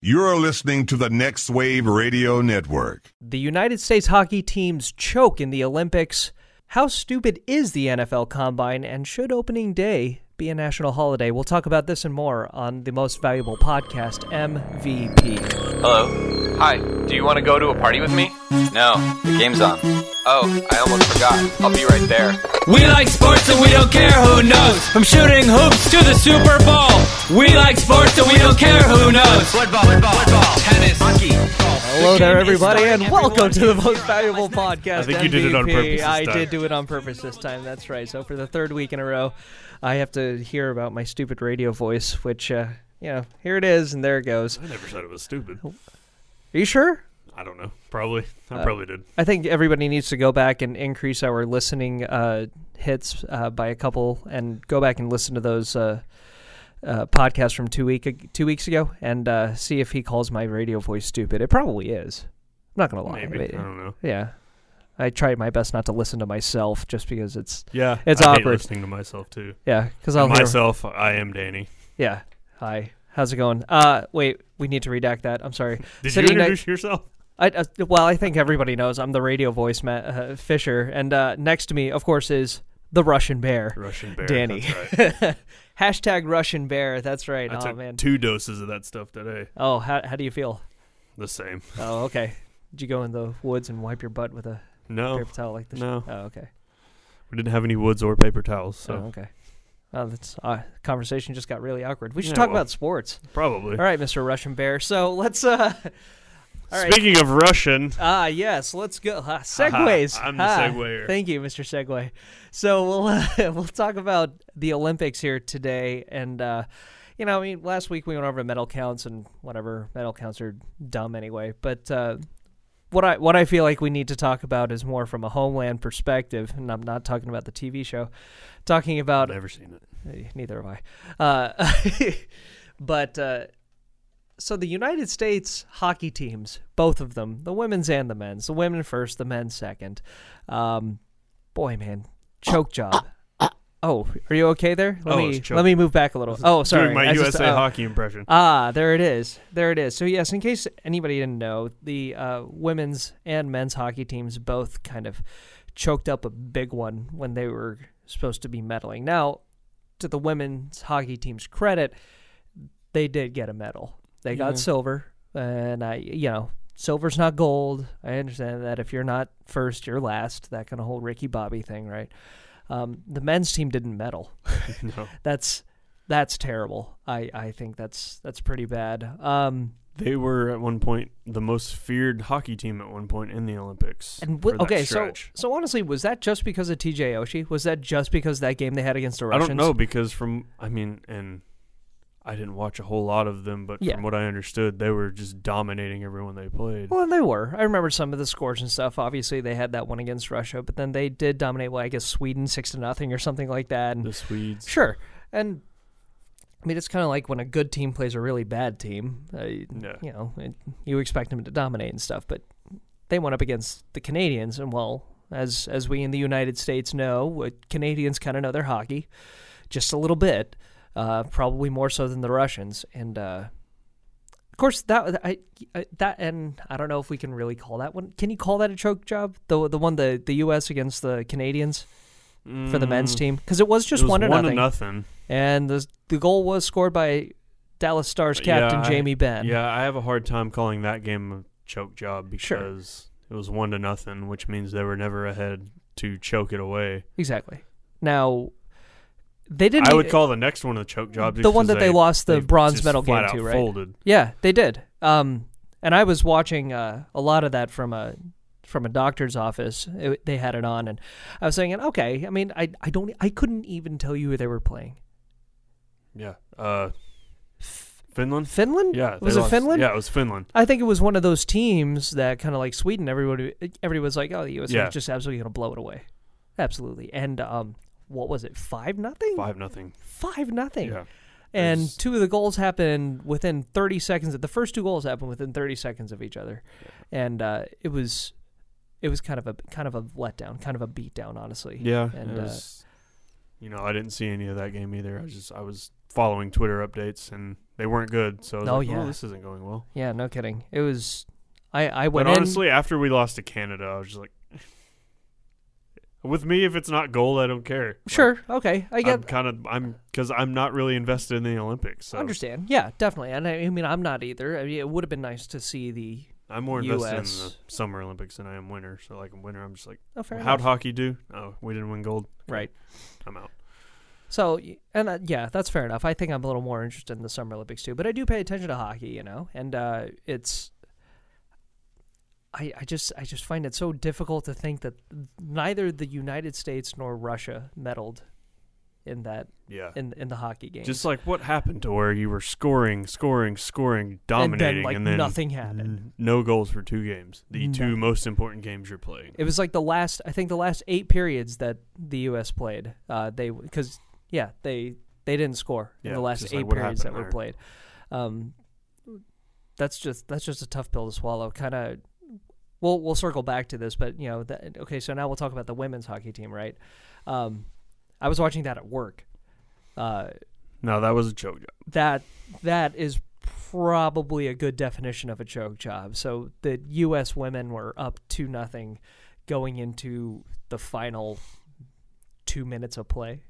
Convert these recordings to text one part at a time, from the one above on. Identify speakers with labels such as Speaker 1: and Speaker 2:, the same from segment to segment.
Speaker 1: You're listening to the Next Wave Radio Network.
Speaker 2: The United States hockey teams choke in the Olympics. How stupid is the NFL Combine, and should opening day be a national holiday? We'll talk about this and more on the most valuable podcast, MVP.
Speaker 3: Hello. Hi. Do you want to go to a party with me?
Speaker 4: No, the game's on.
Speaker 3: Oh, I almost forgot. I'll be right there.
Speaker 5: We like sports and we don't care who knows. From shooting hoops to the Super Bowl. We like sports and we don't care who knows.
Speaker 4: Football, football, football, tennis, hockey, golf.
Speaker 2: Hello there, everybody, and welcome to the most valuable podcast. I
Speaker 6: think you did it on purpose this
Speaker 2: I
Speaker 6: time.
Speaker 2: did do it on purpose this time. That's right. So for the third week in a row, I have to hear about my stupid radio voice, which uh, you know, here it is, and there it goes.
Speaker 6: I never said it was stupid.
Speaker 2: Are you sure?
Speaker 6: I don't know. Probably.
Speaker 2: Uh,
Speaker 6: I probably did.
Speaker 2: I think everybody needs to go back and increase our listening uh, hits uh, by a couple, and go back and listen to those uh, uh, podcasts from two week two weeks ago, and uh, see if he calls my radio voice stupid. It probably is. I'm not gonna lie.
Speaker 6: Maybe. I don't know.
Speaker 2: Yeah, I tried my best not to listen to myself just because it's
Speaker 6: Yeah.
Speaker 2: It's
Speaker 6: I hate
Speaker 2: awkward.
Speaker 6: listening to myself too.
Speaker 2: yeah because I'll hear-
Speaker 6: myself, I am Danny.
Speaker 2: yeah. Hi, how's it going? Uh, wait, we need to redact that. I'm sorry.
Speaker 6: Did
Speaker 2: Sitting
Speaker 6: you
Speaker 2: next-
Speaker 6: introduce yourself?
Speaker 2: I, uh, well, I think everybody knows I'm the radio voice, Matt uh, Fisher, and uh, next to me, of course, is the Russian bear,
Speaker 6: Russian bear.
Speaker 2: Danny.
Speaker 6: That's right.
Speaker 2: Hashtag Russian bear. That's right.
Speaker 6: I
Speaker 2: oh
Speaker 6: took
Speaker 2: man.
Speaker 6: two doses of that stuff today.
Speaker 2: oh, how how do you feel?
Speaker 6: The same.
Speaker 2: Oh, okay. Did you go in the woods and wipe your butt with a
Speaker 6: No,
Speaker 2: paper towel like this?
Speaker 6: no.
Speaker 2: Oh, okay.
Speaker 6: we didn't have any woods or paper towels, so
Speaker 2: Oh, okay. Oh, that's uh, conversation just got really awkward. We should
Speaker 6: Yeah,
Speaker 2: talk
Speaker 6: well.
Speaker 2: about sports.
Speaker 6: probably.
Speaker 2: Oh. All right, Mr. Russian Bear. So let's uh, all right.
Speaker 6: Speaking of Russian,
Speaker 2: Ah, yes. Let's go. Ah, segues.
Speaker 6: I'm the
Speaker 2: Ah,
Speaker 6: seguer.
Speaker 2: Thank you, Mr. Segway. So we'll uh, we'll talk about the Olympics here today, and uh, you know, I mean, last week we went over medal counts and whatever. Medal counts are dumb anyway. But uh, what I what I feel like we need to talk about is more from a homeland perspective, and I'm not talking about the TV show. Talking about
Speaker 6: never seen it.
Speaker 2: Eh, neither have I. Uh, but uh, so the United States hockey teams, both of them, the women's and the men's, the women first, the men second. Um, boy, man, choke job. Oh, are you okay there? Let
Speaker 6: Oh,
Speaker 2: me
Speaker 6: it's choke.
Speaker 2: let me move back a little. Oh, sorry.
Speaker 6: Doing my
Speaker 2: I
Speaker 6: USA
Speaker 2: just- oh.
Speaker 6: hockey impression.
Speaker 2: Ah, there it is. There it is. So yes, in case anybody didn't know, the uh, women's and men's hockey teams both kind of choked up a big one when they were supposed to be medaling. Now, to the women's hockey team's credit, they did get a medal. They got silver, and I, you know, silver's not gold. I understand that if you're not first, you're last. That kind of whole Ricky Bobby thing, right? Um, the men's team didn't medal. that's that's terrible. I I think that's that's pretty bad. Um,
Speaker 6: They were at one point the most feared hockey team at one point in the Olympics.
Speaker 2: and
Speaker 6: for
Speaker 2: w-
Speaker 6: that
Speaker 2: okay,
Speaker 6: stretch.
Speaker 2: so so honestly, was that just because of TJ Oshie? Was that just because that game they had against the
Speaker 6: I
Speaker 2: Russians?
Speaker 6: don't know because from I mean, and I didn't watch a whole lot of them, but
Speaker 2: Yeah.
Speaker 6: from what I understood, they were just dominating everyone they played.
Speaker 2: Well, and they were. I remember some of the scores and stuff. Obviously, they had that one against Russia, but then they did dominate. Well, I guess Sweden six to nothing or something like that. And
Speaker 6: The Swedes.
Speaker 2: sure, and I mean it's kind of like when a good team plays a really bad team. Uh,
Speaker 6: Yeah.
Speaker 2: You know, it, you expect them to dominate and stuff, but they went up against the Canadians, and well, as as we in the United States know, what- Canadians kind of know their hockey just a little bit, uh, probably more so than the Russians, and. Uh, of course, that I, I that and I don't know if we can really call that one. Can you call that a choke job? The the one the the U.S. against the Canadians for the men's team because it was just
Speaker 6: It was
Speaker 2: one, to,
Speaker 6: one
Speaker 2: nothing,
Speaker 6: to nothing.
Speaker 2: and the the goal was scored by Dallas Stars captain
Speaker 6: Yeah, I-
Speaker 2: Jamie Benn.
Speaker 6: Yeah, I have a hard time calling that game a choke job because
Speaker 2: Sure.
Speaker 6: it was one to nothing, which means they were never ahead to choke it away.
Speaker 2: exactly. Now they didn't. e- uh,
Speaker 6: I would call the next one a choke job.
Speaker 2: The one
Speaker 6: because
Speaker 2: that they lost the bronze
Speaker 6: just
Speaker 2: medal game
Speaker 6: flat out
Speaker 2: to, right?
Speaker 6: Folded.
Speaker 2: Yeah, they did. Um, and I was watching uh, a lot of that from a from a doctor's office. It, they had it on, and I was saying, okay. I mean, I I don't e, I couldn't even tell you who they were playing.
Speaker 6: Yeah. Uh, Finland.
Speaker 2: Finland?
Speaker 6: Yeah. they
Speaker 2: Was it
Speaker 6: lost-
Speaker 2: Finland?
Speaker 6: Yeah, it was Finland.
Speaker 2: I think it was one of those teams that kind of like Sweden. Everybody, everybody was like, "Oh, the USA
Speaker 6: Yeah.
Speaker 2: is just absolutely going to blow it away." Absolutely. And um, what was it? Five nothing.
Speaker 6: Five nothing.
Speaker 2: Five nothing.
Speaker 6: Yeah.
Speaker 2: And
Speaker 6: There's-
Speaker 2: two of the goals happened within 30 seconds. Of, the first two goals happened within 30 seconds of each other, and uh, it was, it was kind of a kind of a letdown, kind of a beatdown, honestly.
Speaker 6: Yeah,
Speaker 2: And uh,
Speaker 6: it was, you know, I didn't see any of that game either. I was just I was following Twitter updates, and They weren't good, so I was
Speaker 2: Oh,
Speaker 6: like,
Speaker 2: yeah.
Speaker 6: oh, this isn't going well.
Speaker 2: Yeah, no kidding. It was. I I
Speaker 6: But
Speaker 2: went in-
Speaker 6: honestly, after we lost to Canada, I was just like, with me, if it's not gold, I don't care. Like,
Speaker 2: Sure. Okay. I
Speaker 6: I'm
Speaker 2: get.
Speaker 6: kind of I'm because I'm not really invested in the Olympics. So
Speaker 2: understand. Yeah, definitely. And I, I mean, I'm not either. I mean, it would have been nice to see the.
Speaker 6: I'm more invested in the
Speaker 2: US.
Speaker 6: Summer Olympics than I am winter. So like in winter, I'm just like,
Speaker 2: Oh, fair
Speaker 6: how'd
Speaker 2: enough.
Speaker 6: hockey do? Oh, we didn't win gold.
Speaker 2: Right.
Speaker 6: I'm out.
Speaker 2: So y- and that, yeah, that's fair enough. I think I'm a little more interested in the Summer Olympics too, but I do pay attention to hockey, you know, and uh, it's. I, I just I just find it so difficult to think that neither the United States nor Russia meddled in that
Speaker 6: Yeah.
Speaker 2: in in the hockey game.
Speaker 6: Just like what happened to where you were scoring, scoring, scoring, dominating, and then,
Speaker 2: like, nothing happened.
Speaker 6: n- No goals for two games, the two most important games you're playing.
Speaker 2: It was like the last, I think, the last eight periods that the U.S. played. Uh, they because yeah, they they didn't score in
Speaker 6: Yeah,
Speaker 2: the last
Speaker 6: just
Speaker 2: eight
Speaker 6: like what
Speaker 2: periods that
Speaker 6: happened
Speaker 2: were
Speaker 6: there.
Speaker 2: played. Um, that's just that's just a tough pill to swallow. Kind of. We'll we'll circle back to this, but you know, that, okay. So now we'll talk about the women's hockey team, right? Um, I was watching that at work. Uh,
Speaker 6: No, that was a choke job.
Speaker 2: that that is probably a good definition of a choke job. So the U.S. women were up two nothing going into the final two minutes of play,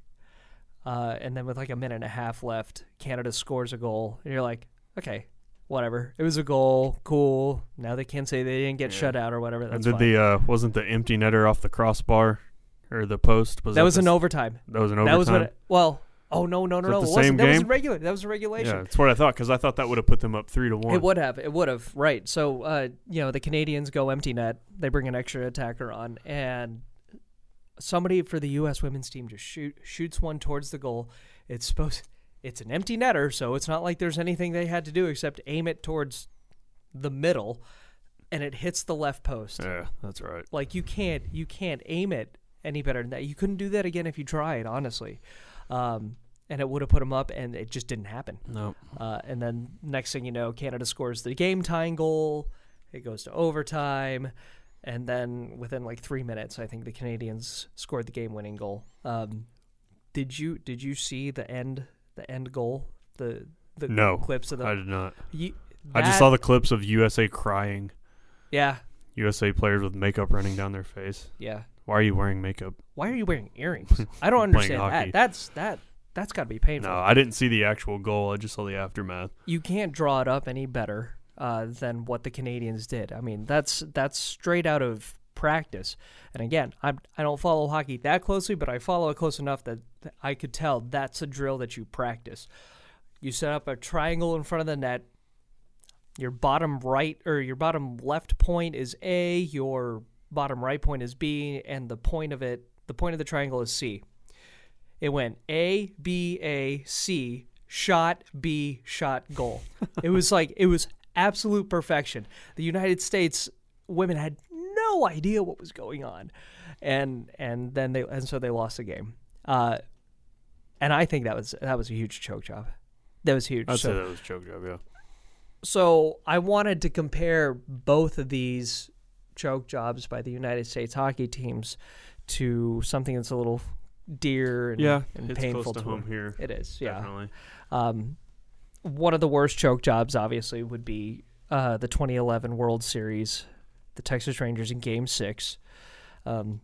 Speaker 2: uh, and then with like a minute and a half left, Canada scores a goal, and you're like, okay. Whatever. It was a goal. Cool. Now they can't say they didn't get shut out or whatever. That's
Speaker 6: and did
Speaker 2: fine.
Speaker 6: the uh, wasn't the empty netter off the crossbar or the post? Was
Speaker 2: that was
Speaker 6: uh, the
Speaker 2: an
Speaker 6: s-
Speaker 2: overtime.
Speaker 6: That was an
Speaker 2: That
Speaker 6: overtime.
Speaker 2: was what. It, well, oh no, no, no,
Speaker 6: that
Speaker 2: no.
Speaker 6: the
Speaker 2: it wasn't.
Speaker 6: same
Speaker 2: that was
Speaker 6: game?
Speaker 2: regular. That was a regulation.
Speaker 6: yeah, that's what I thought because I thought that would have put them up three to one.
Speaker 2: It would have. It would have. Right. So, uh, you know, the Canadians go empty net. They bring an extra attacker on, and somebody for the U.S. women's team just shoot shoots one towards the goal. It's supposed. It's an empty netter, so it's not like there's anything they had to do except aim it towards the middle, and it hits the left post.
Speaker 6: Yeah, that's right.
Speaker 2: Like you can't you can't aim it any better than that. You couldn't do that again if you tried, honestly. Um, and it would have put them up, and it just didn't happen.
Speaker 6: No,
Speaker 2: Uh, and then next thing you know, Canada scores the game tying goal. It goes to overtime. And then within like three minutes, I think the Canadians scored the game winning goal. Um, did you did you see the end the end goal the the
Speaker 6: no,
Speaker 2: clips of the
Speaker 6: I did not.
Speaker 2: You-
Speaker 6: I just
Speaker 2: that-
Speaker 6: saw the clips of USA crying,
Speaker 2: yeah
Speaker 6: USA players with makeup running down their face.
Speaker 2: yeah
Speaker 6: Why are you wearing makeup?
Speaker 2: why are you wearing earrings I don't
Speaker 6: Playing
Speaker 2: understand that
Speaker 6: hockey.
Speaker 2: that's that that's got to be painful
Speaker 6: No, I didn't see the actual goal. I just saw the aftermath.
Speaker 2: you can't draw it up any better uh, than what the Canadians did. I mean, that's that's straight out of practice. And again, I I don't follow hockey that closely, but I follow it close enough that that I could tell that's a drill that you practice. You set up a triangle in front of the net. Your bottom right or your bottom left point is A, your bottom right point is B, and the point of it, the point of the triangle is C. It went A, B, A, C, shot, B, shot, goal. it was like, it was absolute perfection. The United States women had no idea what was going on. And, and then they, and so they lost the game. Uh, and I think that was, that was a huge choke job. That was huge.
Speaker 6: I'd
Speaker 2: So-
Speaker 6: say that was a choke job. Yeah,
Speaker 2: so I wanted to compare both of these choke jobs by the United States hockey teams to something that's a little dear and,
Speaker 6: yeah,
Speaker 2: and
Speaker 6: it's
Speaker 2: painful
Speaker 6: close to home
Speaker 2: her.
Speaker 6: here.
Speaker 2: It is, yeah.
Speaker 6: Definitely.
Speaker 2: Um, one of the worst choke jobs, obviously, would be uh, the 2011 World Series, the Texas Rangers in Game Six. Um,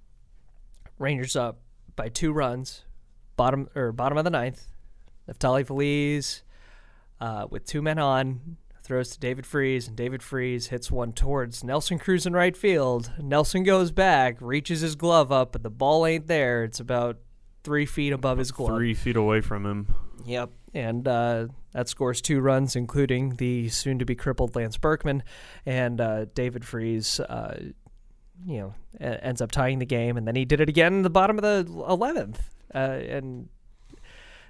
Speaker 2: Rangers up by two runs, bottom or bottom of the ninth. Naftali Feliz, uh, with two men on, throws to David Freeze, and David Freeze hits one towards Nelson Cruz in right field. Nelson goes back, reaches his glove up, but the ball ain't there. It's about three feet above his glove.
Speaker 6: Three feet away from him.
Speaker 2: Yep. And uh, that scores two runs, including the soon to be crippled Lance Berkman. And uh, David Freeze, uh, you know, e- ends up tying the game. And then he did it again in the bottom of the 11th. Uh, and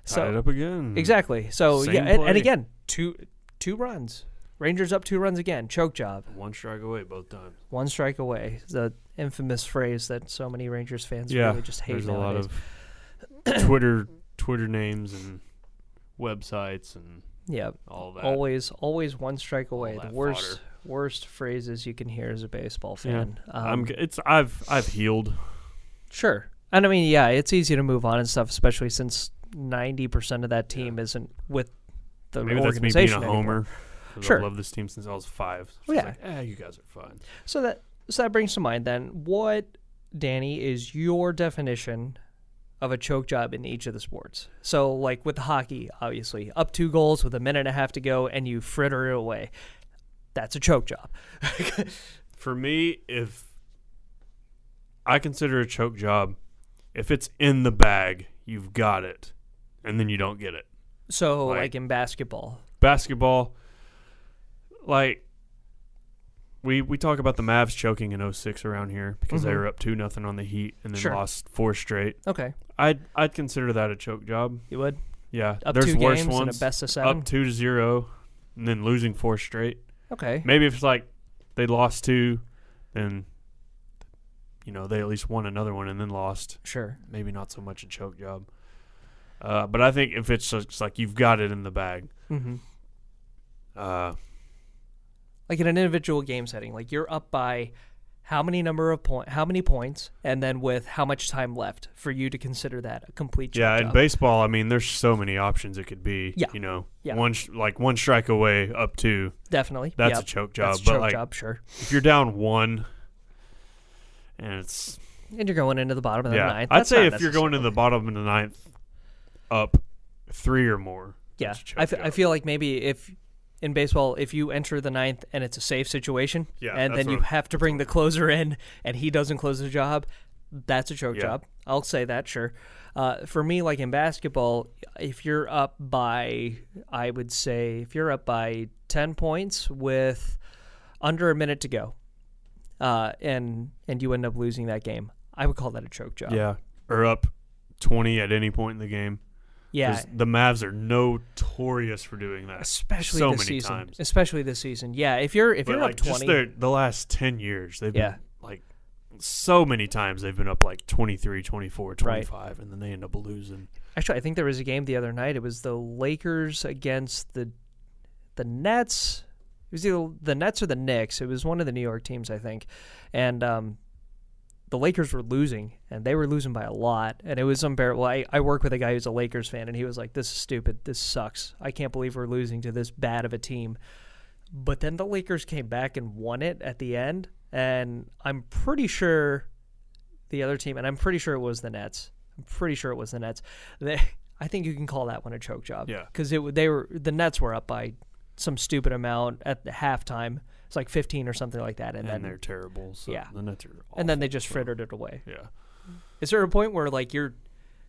Speaker 6: Tied it
Speaker 2: so,
Speaker 6: up again.
Speaker 2: exactly. So,
Speaker 6: Same
Speaker 2: yeah. And, and
Speaker 6: play.
Speaker 2: again, two two runs. Rangers up two runs again. Choke job.
Speaker 6: One strike away both times.
Speaker 2: One strike away. The infamous phrase that so many Rangers fans
Speaker 6: yeah,
Speaker 2: really just hate
Speaker 6: there's
Speaker 2: nowadays.
Speaker 6: a lot of Twitter Twitter names and websites and
Speaker 2: Yeah.
Speaker 6: all that.
Speaker 2: Always, always one strike away. The
Speaker 6: that
Speaker 2: worst,
Speaker 6: fodder.
Speaker 2: worst phrases you can hear as a baseball
Speaker 6: yeah.
Speaker 2: fan. Um,
Speaker 6: I'm. g- It's. I've. I've healed.
Speaker 2: sure, and I mean, yeah, it's easy to move on and stuff, especially since ninety percent of that team isn't with the
Speaker 6: Maybe that's me being
Speaker 2: organization
Speaker 6: a
Speaker 2: anymore.
Speaker 6: homer. 'cause
Speaker 2: Sure.
Speaker 6: I've loved this team since I was five. So
Speaker 2: Well,
Speaker 6: it's
Speaker 2: yeah.
Speaker 6: like, eh, you guys are fun.
Speaker 2: So that so that brings to mind then what Danny is your definition of a choke job in each of the sports. So like with hockey, obviously, up two goals with a minute and a half to go and you fritter it away. That's a choke job.
Speaker 6: For me, if I consider a choke job, if it's in the bag, you've got it, and then you don't get it.
Speaker 2: So
Speaker 6: Right.
Speaker 2: like in basketball,
Speaker 6: Basketball, like we we talk about the Mavs choking in 06 around here because they were up two nothing on the Heat and then
Speaker 2: Mm-hmm. Sure.
Speaker 6: lost four straight.
Speaker 2: okay,
Speaker 6: I'd I'd consider that a choke job.
Speaker 2: you would
Speaker 6: Yeah,
Speaker 2: Up
Speaker 6: there's
Speaker 2: two
Speaker 6: worse
Speaker 2: games and a
Speaker 6: ones.
Speaker 2: best of seven?
Speaker 6: Up two to zero, and then losing four straight.
Speaker 2: okay.
Speaker 6: Maybe if it's like they lost two, then you know they at least won another one and then lost.
Speaker 2: Sure.
Speaker 6: Maybe not so much a choke job. Uh, but I think if it's just like you've got it in the bag,
Speaker 2: hmm
Speaker 6: uh,
Speaker 2: Like in an individual game setting, like you're up by how many number of point, how many points, and then with how much time left for you to consider that a complete choke
Speaker 6: yeah.
Speaker 2: job.
Speaker 6: In baseball, I mean, there's so many options it could be.
Speaker 2: Yeah.
Speaker 6: you know,
Speaker 2: Yeah.
Speaker 6: one sh- like one strike away, up two.
Speaker 2: Definitely.
Speaker 6: That's
Speaker 2: Yep.
Speaker 6: a choke job.
Speaker 2: That's a
Speaker 6: but
Speaker 2: choke
Speaker 6: like
Speaker 2: job, sure.
Speaker 6: if you're down one, and it's
Speaker 2: And you're going into the bottom of the
Speaker 6: yeah,
Speaker 2: ninth.
Speaker 6: I'd
Speaker 2: Uh, That's
Speaker 6: say
Speaker 2: not
Speaker 6: if you're going to the bottom of the ninth, up three or more.
Speaker 2: Yeah,
Speaker 6: that's a
Speaker 2: I,
Speaker 6: choke
Speaker 2: f- I
Speaker 6: job.
Speaker 2: feel like maybe if in baseball, if you enter the ninth and it's a safe situation,
Speaker 6: Yeah,
Speaker 2: and
Speaker 6: that's
Speaker 2: then
Speaker 6: what
Speaker 2: you
Speaker 6: I'm-
Speaker 2: have to bring the closer in and he doesn't close the job, that's a choke
Speaker 6: Yeah.
Speaker 2: job. I'll say that, sure. Uh, for me, like in basketball, if you're up by, I would say, if you're up by 10 points with under a minute to go uh, and, and you end up losing that game, I would call that a choke job.
Speaker 6: Yeah, or up twenty at any point in the game.
Speaker 2: Yeah.
Speaker 6: 'Cause The Mavs are notorious for doing that,
Speaker 2: especially
Speaker 6: so
Speaker 2: this
Speaker 6: many
Speaker 2: season.
Speaker 6: times.
Speaker 2: Especially this season. Yeah, if you're if
Speaker 6: But
Speaker 2: you're
Speaker 6: like
Speaker 2: up
Speaker 6: just
Speaker 2: twenty,
Speaker 6: their, the last ten years, they've
Speaker 2: Yeah.
Speaker 6: been like so many times they've been up like 23, 24,
Speaker 2: Right.
Speaker 6: 25, and then they end up losing.
Speaker 2: actually, I think there was a game the other night. It was the Lakers against the the Nets. It was either the Nets or the Knicks. It was one of the New York teams, I think, and um, the Lakers were losing, and they were losing by a lot, and it was unbearable. I, I work with a guy who's a Lakers fan, and he was like, "This is stupid. This sucks. I can't believe we're losing to this bad of a team." But then the Lakers came back and won it at the end, and I'm pretty sure the other team, and I'm pretty sure it was the Nets. I'm pretty sure it was the Nets. They, I think you can call that one a choke job.
Speaker 6: Yeah.
Speaker 2: because it w- they were the Nets were up by some stupid amount at the halftime. It's like 15 or something like that, and,
Speaker 6: And,
Speaker 2: then
Speaker 6: they're terrible. So
Speaker 2: yeah.
Speaker 6: the Nets are awful,
Speaker 2: and then they just frittered it away.
Speaker 6: yeah.
Speaker 2: Is there a point where like you're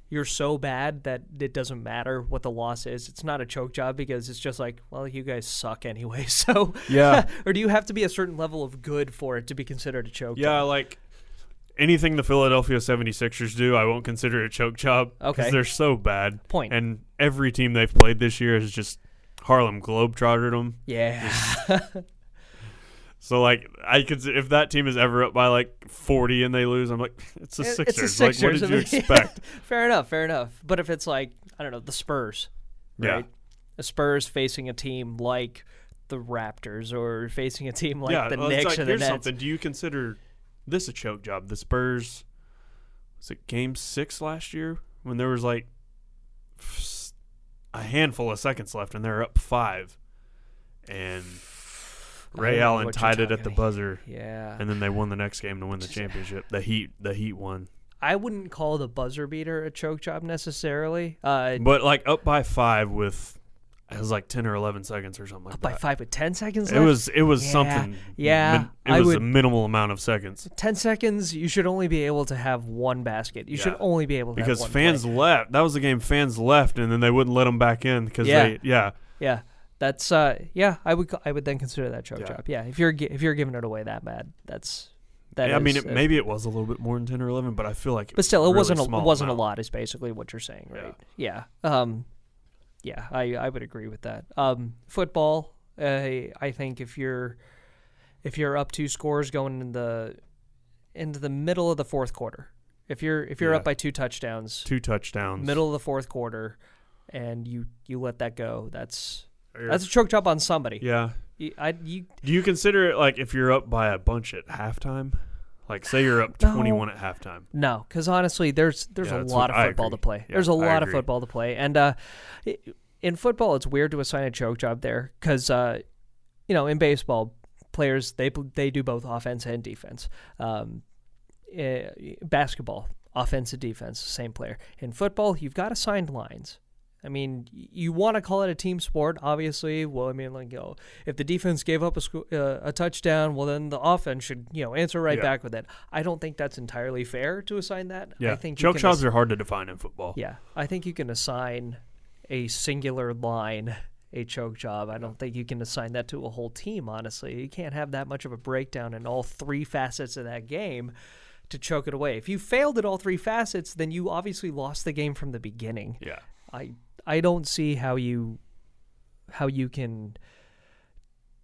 Speaker 2: you're so bad that it doesn't matter what the loss is? It's not a choke job because it's just like, well, you guys suck anyway. So
Speaker 6: Yeah.
Speaker 2: or do you have to be a certain level of good for it to be considered a choke?
Speaker 6: Yeah, like anything the Philadelphia 76ers do, I won't consider a choke job
Speaker 2: Okay.
Speaker 6: they're so bad.
Speaker 2: Point.
Speaker 6: And every team they've played this year has just Harlem Globetrotted them.
Speaker 2: Yeah.
Speaker 6: So like I could s- if that team is ever up by like 40 and they lose, I'm like it's the
Speaker 2: It-
Speaker 6: Sixers.
Speaker 2: It's the Sixers.
Speaker 6: Like
Speaker 2: I
Speaker 6: what did you
Speaker 2: mean,
Speaker 6: expect?
Speaker 2: fair enough. Fair enough. But if it's like I don't know the Spurs,
Speaker 6: yeah.
Speaker 2: right? The Spurs facing a team like the Raptors or facing a team like
Speaker 6: yeah,
Speaker 2: the
Speaker 6: well, it's
Speaker 2: Knicks
Speaker 6: like,
Speaker 2: or the
Speaker 6: here's
Speaker 2: Nets.
Speaker 6: something. Do you consider this a choke job? The Spurs was it game 6 last year when there was like s- a handful of seconds left and they're up 5 and
Speaker 2: I
Speaker 6: Ray
Speaker 2: know
Speaker 6: Allen
Speaker 2: what you're
Speaker 6: tied it at the
Speaker 2: talking- uh,
Speaker 6: buzzer
Speaker 2: Yeah.
Speaker 6: and then they won the next game to win the championship. The Heat the Heat won.
Speaker 2: I wouldn't call the buzzer beater a choke job necessarily. Uh,
Speaker 6: But like up by 5 with it was like 10 or 11 seconds or something like
Speaker 2: up by
Speaker 6: that.
Speaker 2: five with ten seconds.
Speaker 6: It
Speaker 2: left?
Speaker 6: was it was
Speaker 2: Yeah,
Speaker 6: something.
Speaker 2: yeah,
Speaker 6: min-
Speaker 2: I
Speaker 6: it was a
Speaker 2: would-
Speaker 6: minimal amount of seconds
Speaker 2: ten seconds. You should only be able to have one basket. You should
Speaker 6: Yeah.
Speaker 2: only be able to
Speaker 6: because
Speaker 2: have one
Speaker 6: fans
Speaker 2: play.
Speaker 6: left. That was the game fans left, and then they wouldn't let them back in because
Speaker 2: Yeah.
Speaker 6: they yeah
Speaker 2: Yeah, that's uh, yeah. I would ca- I would then consider that choke
Speaker 6: Yeah.
Speaker 2: job. Yeah, if you're gi- if you're giving it away that bad, that's that.
Speaker 6: Yeah, I mean
Speaker 2: is,
Speaker 6: it,
Speaker 2: uh,
Speaker 6: maybe it was a little bit more than ten or eleven, but I feel like it
Speaker 2: but still, it
Speaker 6: really
Speaker 2: wasn't a, it
Speaker 6: small
Speaker 2: wasn't
Speaker 6: amount.
Speaker 2: a lot. Is basically what you're saying, right? Yeah. Um, yeah, I I would agree with that. Um, football. Uh, I think if you're if you're up two scores going in the into the middle of the fourth quarter, if you're if you're
Speaker 6: Yeah.
Speaker 2: up by two touchdowns,
Speaker 6: Two touchdowns.
Speaker 2: middle of the fourth quarter, and you you let that go, that's
Speaker 6: Or-
Speaker 2: that's a choke job on somebody.
Speaker 6: yeah.
Speaker 2: You- I you
Speaker 6: Do you consider it like if you're up by a bunch at halftime? Like say you're up
Speaker 2: No.
Speaker 6: twenty one at halftime.
Speaker 2: no, because honestly, there's there's
Speaker 6: Yeah,
Speaker 2: a
Speaker 6: that's
Speaker 2: lot
Speaker 6: what
Speaker 2: of
Speaker 6: I
Speaker 2: football to
Speaker 6: agree.
Speaker 2: play.
Speaker 6: Yeah,
Speaker 2: there's a
Speaker 6: I
Speaker 2: lot of
Speaker 6: agree.
Speaker 2: football to play, and uh, i- in football, it's weird to assign a choke job there because, uh, you know, in baseball, players they pl- they do both offense and defense. Um, eh, basketball, offense and defense, same player. In football, you've got assigned lines. I mean, y- you want to call it a team sport, obviously. Well, I mean, like, you know, if the defense gave up a, sco- uh, a touchdown, well, then the offense should, you know, answer right
Speaker 6: Yeah.
Speaker 2: back with it. I don't think that's entirely fair to assign that.
Speaker 6: Yeah,
Speaker 2: I think you
Speaker 6: choke
Speaker 2: can
Speaker 6: jobs are hard to define in football.
Speaker 2: yeah, I think you can assign a singular line a choke job. I don't think you can assign that to a whole team, honestly. You can't have that much of a breakdown in all three facets of that game to choke it away. If you failed at all three facets, then you obviously lost the game from the beginning.
Speaker 6: yeah.
Speaker 2: I I don't see how you how you can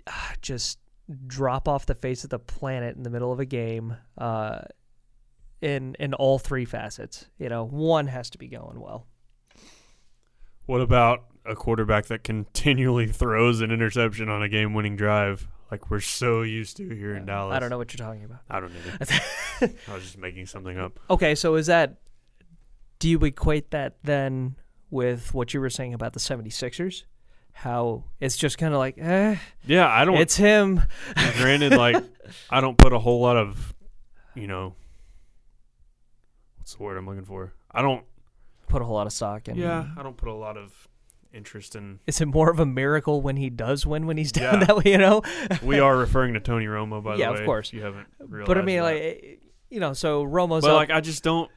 Speaker 2: ah, just drop off the face of the planet in the middle of a game uh, in in all three facets. You know, one has to be going well.
Speaker 6: What about a quarterback that continually throws an interception on a game-winning drive, like we're so used to here in Dallas?
Speaker 2: I don't know what you're talking about.
Speaker 6: I don't either. I was just making something up.
Speaker 2: Okay, so is that do you equate that then with what you were saying about the 76ers? How it's just kind of like, eh,
Speaker 6: Yeah, I don't.
Speaker 2: it's him.
Speaker 6: granted, like I don't put a whole lot of, you know, what's the word I'm looking for? I don't. Hmm.
Speaker 2: Put a whole lot of stock in.
Speaker 6: Yeah, I don't put a lot of interest in.
Speaker 2: Is it more of a miracle when he does win when he's down
Speaker 6: Yeah.
Speaker 2: that way, you know?
Speaker 6: We are referring to Tony Romo, by
Speaker 2: Yeah,
Speaker 6: the
Speaker 2: of
Speaker 6: way.
Speaker 2: course.
Speaker 6: if you haven't. Realized
Speaker 2: But I mean,
Speaker 6: that.
Speaker 2: like, eh, you know, so Romo's
Speaker 6: but
Speaker 2: up.
Speaker 6: like I just don't